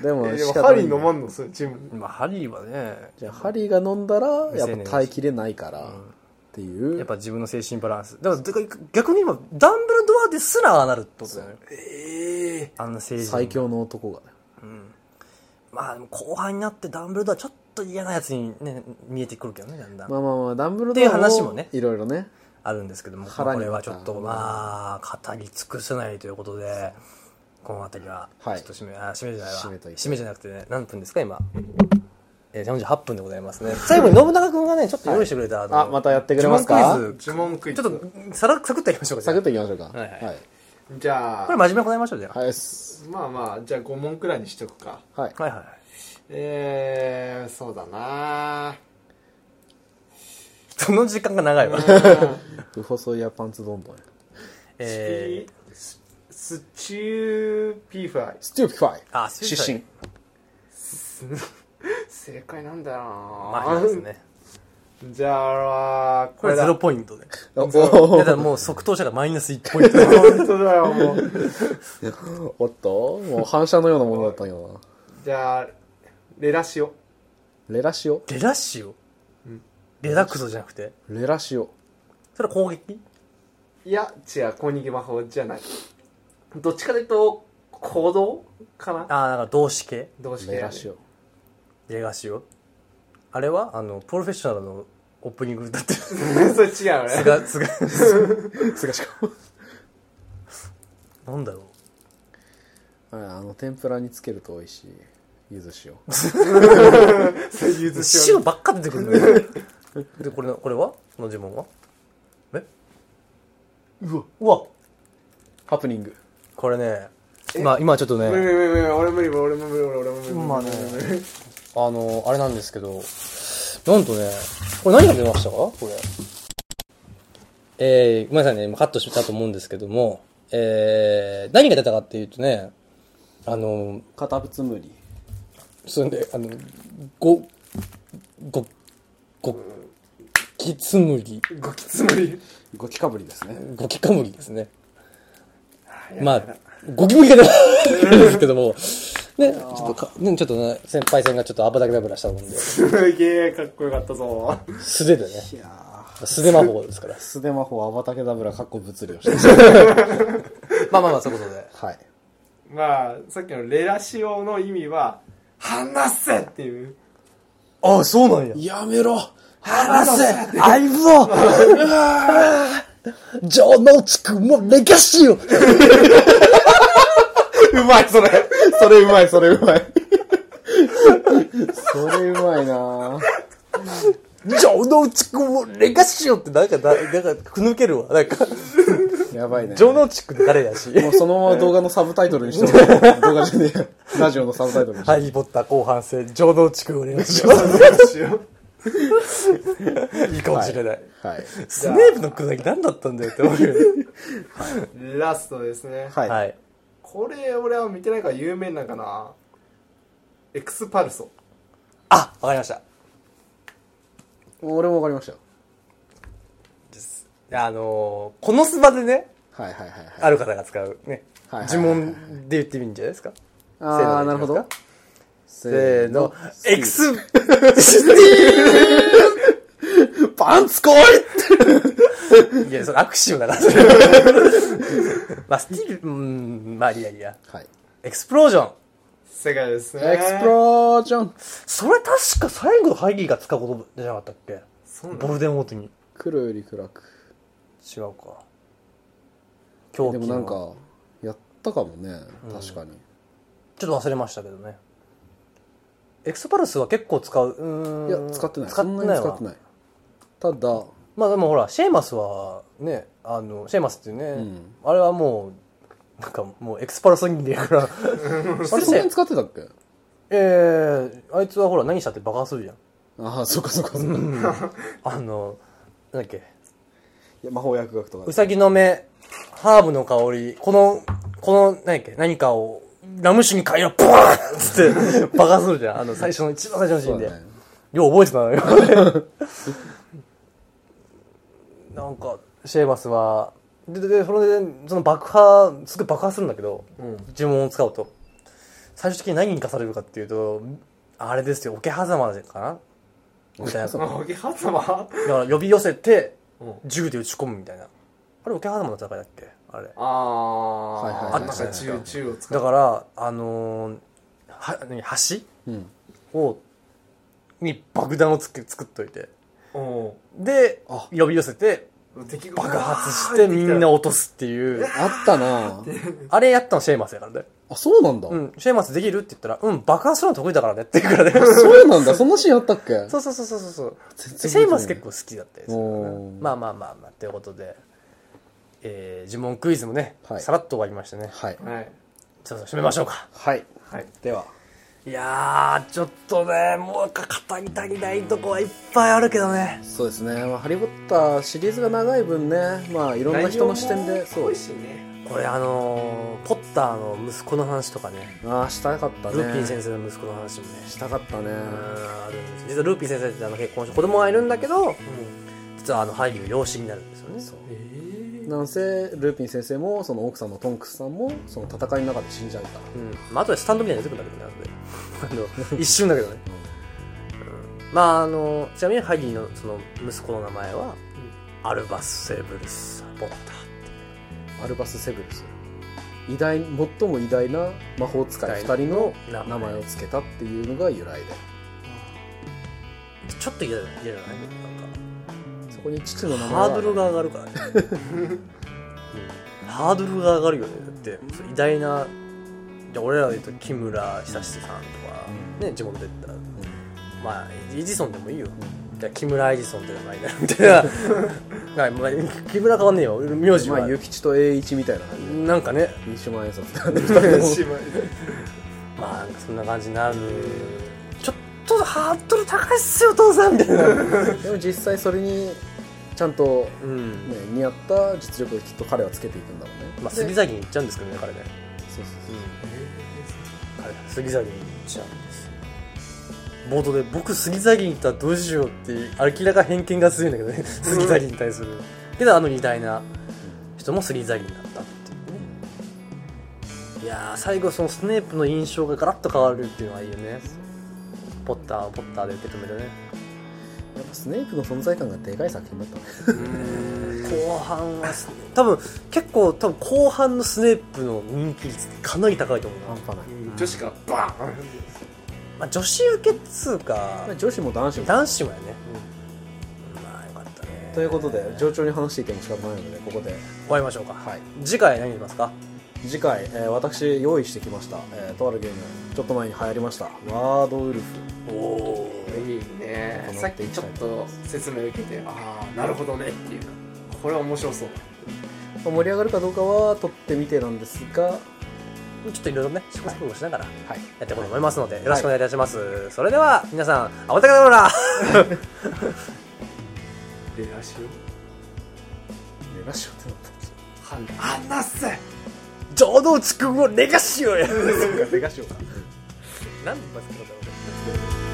[SPEAKER 3] でも
[SPEAKER 4] いやで
[SPEAKER 3] 仕
[SPEAKER 4] も
[SPEAKER 3] 方
[SPEAKER 4] ハ
[SPEAKER 3] な
[SPEAKER 4] リ
[SPEAKER 3] い
[SPEAKER 4] ー飲まんのそれチーム
[SPEAKER 1] まあ、ハリーはね、
[SPEAKER 3] じゃあハリーが飲んだらやっぱ耐えきれないから
[SPEAKER 1] ん
[SPEAKER 3] っていう
[SPEAKER 1] やっぱ自分の精神バランス。だから、てか逆に今、ダンブルドアですらああなるってことだよね。
[SPEAKER 4] ええ
[SPEAKER 1] あんな精神。
[SPEAKER 3] 最。強の男がね
[SPEAKER 1] まあ、でも後半になってダンブルドアちょっと嫌なやつにね、見えてくるけどね、だんだん。
[SPEAKER 3] まあまあまあダンブル
[SPEAKER 1] っていう話もね
[SPEAKER 3] いろいろね
[SPEAKER 1] あるんですけども、こ
[SPEAKER 3] 腹に
[SPEAKER 1] れはちょっとまあ、語り尽くせないということで、この辺りは、ちょ
[SPEAKER 3] はい
[SPEAKER 1] っと締め、あ、締めじゃないわ。
[SPEAKER 3] 締めといて
[SPEAKER 1] 締めじゃなくてね、何分ですか、今。えー、48分でございますね。最後に信長君がね、ちょっと用意してくれた、の
[SPEAKER 3] あまたやってくれます
[SPEAKER 1] 呪
[SPEAKER 3] か
[SPEAKER 1] 文クイ
[SPEAKER 4] 呪文クイ
[SPEAKER 1] ズ。ち
[SPEAKER 4] ズ
[SPEAKER 1] ょっと、さら、サクッといきましょうか。じゃ
[SPEAKER 3] サ
[SPEAKER 1] あ
[SPEAKER 3] クッといきましょうか
[SPEAKER 1] はいはい
[SPEAKER 4] じゃあ
[SPEAKER 1] これ真面目に答えましょう、じゃあ。
[SPEAKER 3] はいっす
[SPEAKER 4] まあまあじゃあ5問くらいにしとくか
[SPEAKER 3] はい
[SPEAKER 1] はいはい。
[SPEAKER 4] えー、そうだな
[SPEAKER 1] その時間が長いわ。
[SPEAKER 3] 不細いやパンツどんどん
[SPEAKER 1] えー、
[SPEAKER 4] ススチューピーファイ
[SPEAKER 3] ステューピファイ
[SPEAKER 1] あステューピファイ
[SPEAKER 3] 失神
[SPEAKER 4] 正解なんだよな
[SPEAKER 1] まあ、ですね。
[SPEAKER 4] じゃあ
[SPEAKER 1] こ
[SPEAKER 4] こ
[SPEAKER 1] れ
[SPEAKER 4] れだ
[SPEAKER 1] 0ポイントで。
[SPEAKER 3] お
[SPEAKER 1] いやだから
[SPEAKER 3] お
[SPEAKER 1] もう即答者がマイナス1ポイント。
[SPEAKER 4] 本当だよもう
[SPEAKER 3] おっともう反射のようなものだったけど
[SPEAKER 4] じゃあレラシオ
[SPEAKER 3] なレラシオ
[SPEAKER 1] レラッシュレラクソじゃなくて。
[SPEAKER 3] レラシオ
[SPEAKER 1] それは攻撃
[SPEAKER 4] いや違う攻撃魔法じゃないどっちかというと行動かな
[SPEAKER 1] ああ、なんか動詞形
[SPEAKER 4] どうして
[SPEAKER 3] レ
[SPEAKER 4] や
[SPEAKER 3] ラ
[SPEAKER 4] る
[SPEAKER 3] シオ
[SPEAKER 1] レガシオあれはあの、プロフェッショナルのオープニングだ ってる。
[SPEAKER 4] それ違う
[SPEAKER 1] つ
[SPEAKER 4] ね
[SPEAKER 1] が、つが、
[SPEAKER 3] すがしか
[SPEAKER 1] なんだろ
[SPEAKER 3] はいあの天ぷらにつけると美味しいゆず塩
[SPEAKER 4] それゆ
[SPEAKER 1] う。
[SPEAKER 4] ずしお
[SPEAKER 1] 塩ばっか出てくるのよ。で、これの、これはこの呪文はえ
[SPEAKER 2] うわ
[SPEAKER 1] うわ
[SPEAKER 3] ハプニング
[SPEAKER 1] これね今今ちょっと
[SPEAKER 4] 無理
[SPEAKER 1] ね
[SPEAKER 4] 無理無理俺無理俺も無理俺も無理俺も無理
[SPEAKER 1] まあねあのあれなんですけどなんとねこれ何が出ましたかこれえー、ごめんなさいね今カットしたと思うんですけどもえー、何が出たかっていうとねあの
[SPEAKER 3] カタツムリ
[SPEAKER 1] それで、あの、ご、ご、ご、きつむり、
[SPEAKER 4] ゴキつむり
[SPEAKER 3] ゴキかぶりですね
[SPEAKER 1] ごきかむりですね。まあ、ゴキブリが出てるんですけども、ね、ちょっとか、ね、ちょっとね、先輩戦がちょっとアバダケダブラしたもんで、
[SPEAKER 4] すげえかっこよかったぞ
[SPEAKER 1] 素手でね、
[SPEAKER 3] いや
[SPEAKER 1] 素手魔法ですから。
[SPEAKER 3] 素手魔法アバタケダブラかっこ物理をして ま
[SPEAKER 1] まあまあまあ、そういうことで。
[SPEAKER 3] すはい
[SPEAKER 4] まあさっきのレラシオの意味は話せっていう
[SPEAKER 1] ああ、そうなんや。
[SPEAKER 3] やめろ
[SPEAKER 1] 話せ相棒うわー情のつくもレガシーを
[SPEAKER 3] うまいそれそれうまいそれうまいそれうまいな
[SPEAKER 1] 情のつくもレガシーをってなんかだ、なんか、くぬけるわ。なんか。
[SPEAKER 3] やばいね
[SPEAKER 1] 城之内くん誰やし、
[SPEAKER 3] もうそのまま動画のサブタイトルにしてもらう動画じゃねえよラジオのサブタイトルにして
[SPEAKER 1] ハリーポッター後半戦、城之内くんお願いしま
[SPEAKER 4] レラシオ
[SPEAKER 1] す。いいかもしれない。
[SPEAKER 3] はい
[SPEAKER 1] スネープのくだり何だったんだよって思うよね。
[SPEAKER 4] ラストですね
[SPEAKER 3] はい、
[SPEAKER 1] はい。
[SPEAKER 4] これ俺は見てないから有名なんかなエクスパルソ
[SPEAKER 1] あ、わかりました。
[SPEAKER 3] 俺もわかりましたよ
[SPEAKER 1] あのー、このスバでね、
[SPEAKER 3] はいはいはいはい
[SPEAKER 1] ある方が使うね
[SPEAKER 3] はいはいはいは、
[SPEAKER 1] 呪
[SPEAKER 3] い
[SPEAKER 1] 文で言ってみるんじゃないですか。
[SPEAKER 3] ああなるほど
[SPEAKER 1] せーの、エクス、
[SPEAKER 3] パンツ来い
[SPEAKER 1] いや、それアクションだな、 それまあ、スティール、うーん、まあ、いやいや。
[SPEAKER 3] はい
[SPEAKER 1] エクスプロージョン。
[SPEAKER 4] 世界ですね
[SPEAKER 3] エクスプロージョン
[SPEAKER 1] それ確か最後のハリーが使う言葉じゃなかったっけ
[SPEAKER 4] そうな
[SPEAKER 1] ボルデモートに。
[SPEAKER 3] 黒より暗く
[SPEAKER 1] 違うか狂
[SPEAKER 3] で
[SPEAKER 1] 気
[SPEAKER 3] も
[SPEAKER 1] の
[SPEAKER 3] なんかやったかもね確かに、
[SPEAKER 1] ちょっと忘れましたけどねエクスパルスは結構使ううーん
[SPEAKER 3] いや使ってない
[SPEAKER 1] 使っ
[SPEAKER 3] そ
[SPEAKER 1] て
[SPEAKER 3] ん
[SPEAKER 1] な
[SPEAKER 3] ないに
[SPEAKER 1] わ
[SPEAKER 3] 使ってないただ
[SPEAKER 1] まあでもほらシェーマスはねあのシェーマスっていうね、
[SPEAKER 3] ん
[SPEAKER 1] あれはもうなんかもうエクスパルス人間やから
[SPEAKER 3] あれそんなに使ってたっけ
[SPEAKER 1] えー、あいつはほら何したって爆発するじゃん
[SPEAKER 3] ああそっかそっかそっかい
[SPEAKER 1] あのなんだっけ
[SPEAKER 3] や魔法薬学とか
[SPEAKER 1] うさぎの目ハーブの香りこのこの何だっけ何かをラム酒に変えろポワーンっつって爆発するじゃんあの最初の一番最初のシー
[SPEAKER 3] そ
[SPEAKER 1] ン
[SPEAKER 3] う
[SPEAKER 1] で、
[SPEAKER 3] だね
[SPEAKER 1] よう覚えてたのよ なんかシェーバスはでででそれでその爆破すぐ爆破するんだけど、呪文を使うと最終的に何に生かされるかっていうとあれですよ桶狭間かなみたいな だか
[SPEAKER 4] の桶狭間
[SPEAKER 1] ら呼び寄せて
[SPEAKER 4] うん
[SPEAKER 1] 銃で撃ち込むみたいなあれ桶狭間の戦いだっけあれ
[SPEAKER 4] ああ、
[SPEAKER 3] はいはい
[SPEAKER 1] はい
[SPEAKER 4] なんか銃銃を使
[SPEAKER 1] だ
[SPEAKER 4] う
[SPEAKER 1] からあのー、は何橋
[SPEAKER 3] うん
[SPEAKER 1] をに爆弾をつく作っといて
[SPEAKER 4] お
[SPEAKER 1] で
[SPEAKER 3] あ
[SPEAKER 1] 呼び寄せて
[SPEAKER 4] う敵が
[SPEAKER 1] 爆発してみんな落とすっていう、
[SPEAKER 3] あったな
[SPEAKER 1] あれやったのシェーマスやからね。
[SPEAKER 3] あそうなんだ、
[SPEAKER 1] うん、シェーマスできるって言ったら、うん、爆破するの得意だからねって言うから ね。
[SPEAKER 3] そうなんだそんなシーンあったっけ
[SPEAKER 1] そうそうそうそうそう。
[SPEAKER 3] 然
[SPEAKER 1] シェーマス結構好きだったりするから
[SPEAKER 3] お
[SPEAKER 1] ね
[SPEAKER 3] ー
[SPEAKER 1] まあまあまあまあ、ということで、えー、呪文クイズもね、
[SPEAKER 3] はい
[SPEAKER 1] さらっと終わりましたね。
[SPEAKER 3] はい
[SPEAKER 4] はい
[SPEAKER 1] そろそろ締めましょうか。
[SPEAKER 3] はい
[SPEAKER 4] はい
[SPEAKER 3] ではい
[SPEAKER 1] やー、ちょっとね、もうか語り足りないとこはいっぱいあるけどね。
[SPEAKER 3] そうですね、まあ、ハリー・ポッターシリーズが長い分ねまあいろんな人の視点でそう
[SPEAKER 4] いしね
[SPEAKER 1] これあのー、ポッターの息子の話とかね、
[SPEAKER 3] ああしたかったね
[SPEAKER 1] ルーピン先生の息子の話もね、
[SPEAKER 3] したかったね
[SPEAKER 1] あるんです実はルーピー先生ってあの結婚して子供がいるんだけど実はあの俳優養子になるんですよね
[SPEAKER 3] そう
[SPEAKER 4] えー
[SPEAKER 3] なんせルーピン先生もその奥さんのトンクスさんもその戦いの中で死んじゃうか
[SPEAKER 1] うんまあ、あとでスタンドみたいに出てくるんだけ どね後であの一瞬だけどね、うんまああのちなみにハギーのその息子の名前は、アルバス・セブルス・ポッター
[SPEAKER 3] らアルバス・セブルス偉大最も偉大な魔法使い2人の
[SPEAKER 1] 名前
[SPEAKER 3] 名前を付けたっていうのが由来で
[SPEAKER 1] ちょっと嫌じゃない嫌じゃない
[SPEAKER 3] そこに父
[SPEAKER 1] な
[SPEAKER 3] の名
[SPEAKER 1] ん
[SPEAKER 3] 前
[SPEAKER 1] か
[SPEAKER 3] は
[SPEAKER 1] ハードルが上がるからね、うんハードルが上がるよねだってそう偉大なじゃあ俺らで言うと木村久志さんとか、ね地元で言ったら
[SPEAKER 3] うん
[SPEAKER 1] まあイジソンでもいいよ、
[SPEAKER 3] う
[SPEAKER 1] じゃあ木村エジソンって名前になるみたいななんかまあ木村変わんねえよ名字は、
[SPEAKER 3] まあ、諭吉と栄一みたいな感じ
[SPEAKER 1] なんかね
[SPEAKER 3] で一万円札なんで
[SPEAKER 4] 姉妹
[SPEAKER 1] まあなんかそんな感じになるちょっとハードル高いっすよお父さんみたいな、
[SPEAKER 3] でも実際それにちゃんと、
[SPEAKER 1] うん
[SPEAKER 3] ね、似合った実力をきっと彼はつけていくんだろうね
[SPEAKER 1] まあ、杉崎に行っちゃうんですけどね彼ね
[SPEAKER 3] そうそうそう
[SPEAKER 1] 彼杉崎に行っちゃうんですよ冒頭で僕杉崎に行ったらどうしようっていう明らか偏見が強いんだけどね杉崎に対するけどあの偉大な人も杉崎になったっていうねいやー最後そのスネープの印象がガラッと変わるっていうのはいいよねポッターをポッターで受け止めてね
[SPEAKER 3] やっぱスネープの存在感がでかい作品だったね
[SPEAKER 1] 後半はスネ多分結構多分後半のスネープの人気率ってかなり高いと思うな
[SPEAKER 3] 半端ない、
[SPEAKER 4] 女子がバーン
[SPEAKER 1] まあ、女子受けっつうか
[SPEAKER 3] まあ、女子も男子も
[SPEAKER 1] 男子もやね、まあよかったね
[SPEAKER 3] ということで
[SPEAKER 1] 終
[SPEAKER 3] 上長に話していても仕方ないのでここで
[SPEAKER 1] わりましょうか、
[SPEAKER 3] はい
[SPEAKER 1] 次回何しますか
[SPEAKER 3] 次回、えー私用意してきました、えーとあるゲームちょっと前に流行りましたワードウルフ
[SPEAKER 1] おお
[SPEAKER 4] いいねさっきちょっと説明受けてああなるほどねっていうこれは面白そう
[SPEAKER 3] まあ盛り上がるかどうかは撮ってみてなんですがは
[SPEAKER 1] ちょっといろいろね試行錯誤しながらや
[SPEAKER 3] い
[SPEAKER 1] っていこうと思いますので、よろしくお願いいたします、それでは皆さんあまたかだろうな
[SPEAKER 4] レアシオ
[SPEAKER 3] レガシオってなった
[SPEAKER 4] 話せ
[SPEAKER 1] 城 之内くんをレガシオや
[SPEAKER 3] レガシオか
[SPEAKER 1] なんでバスケだったの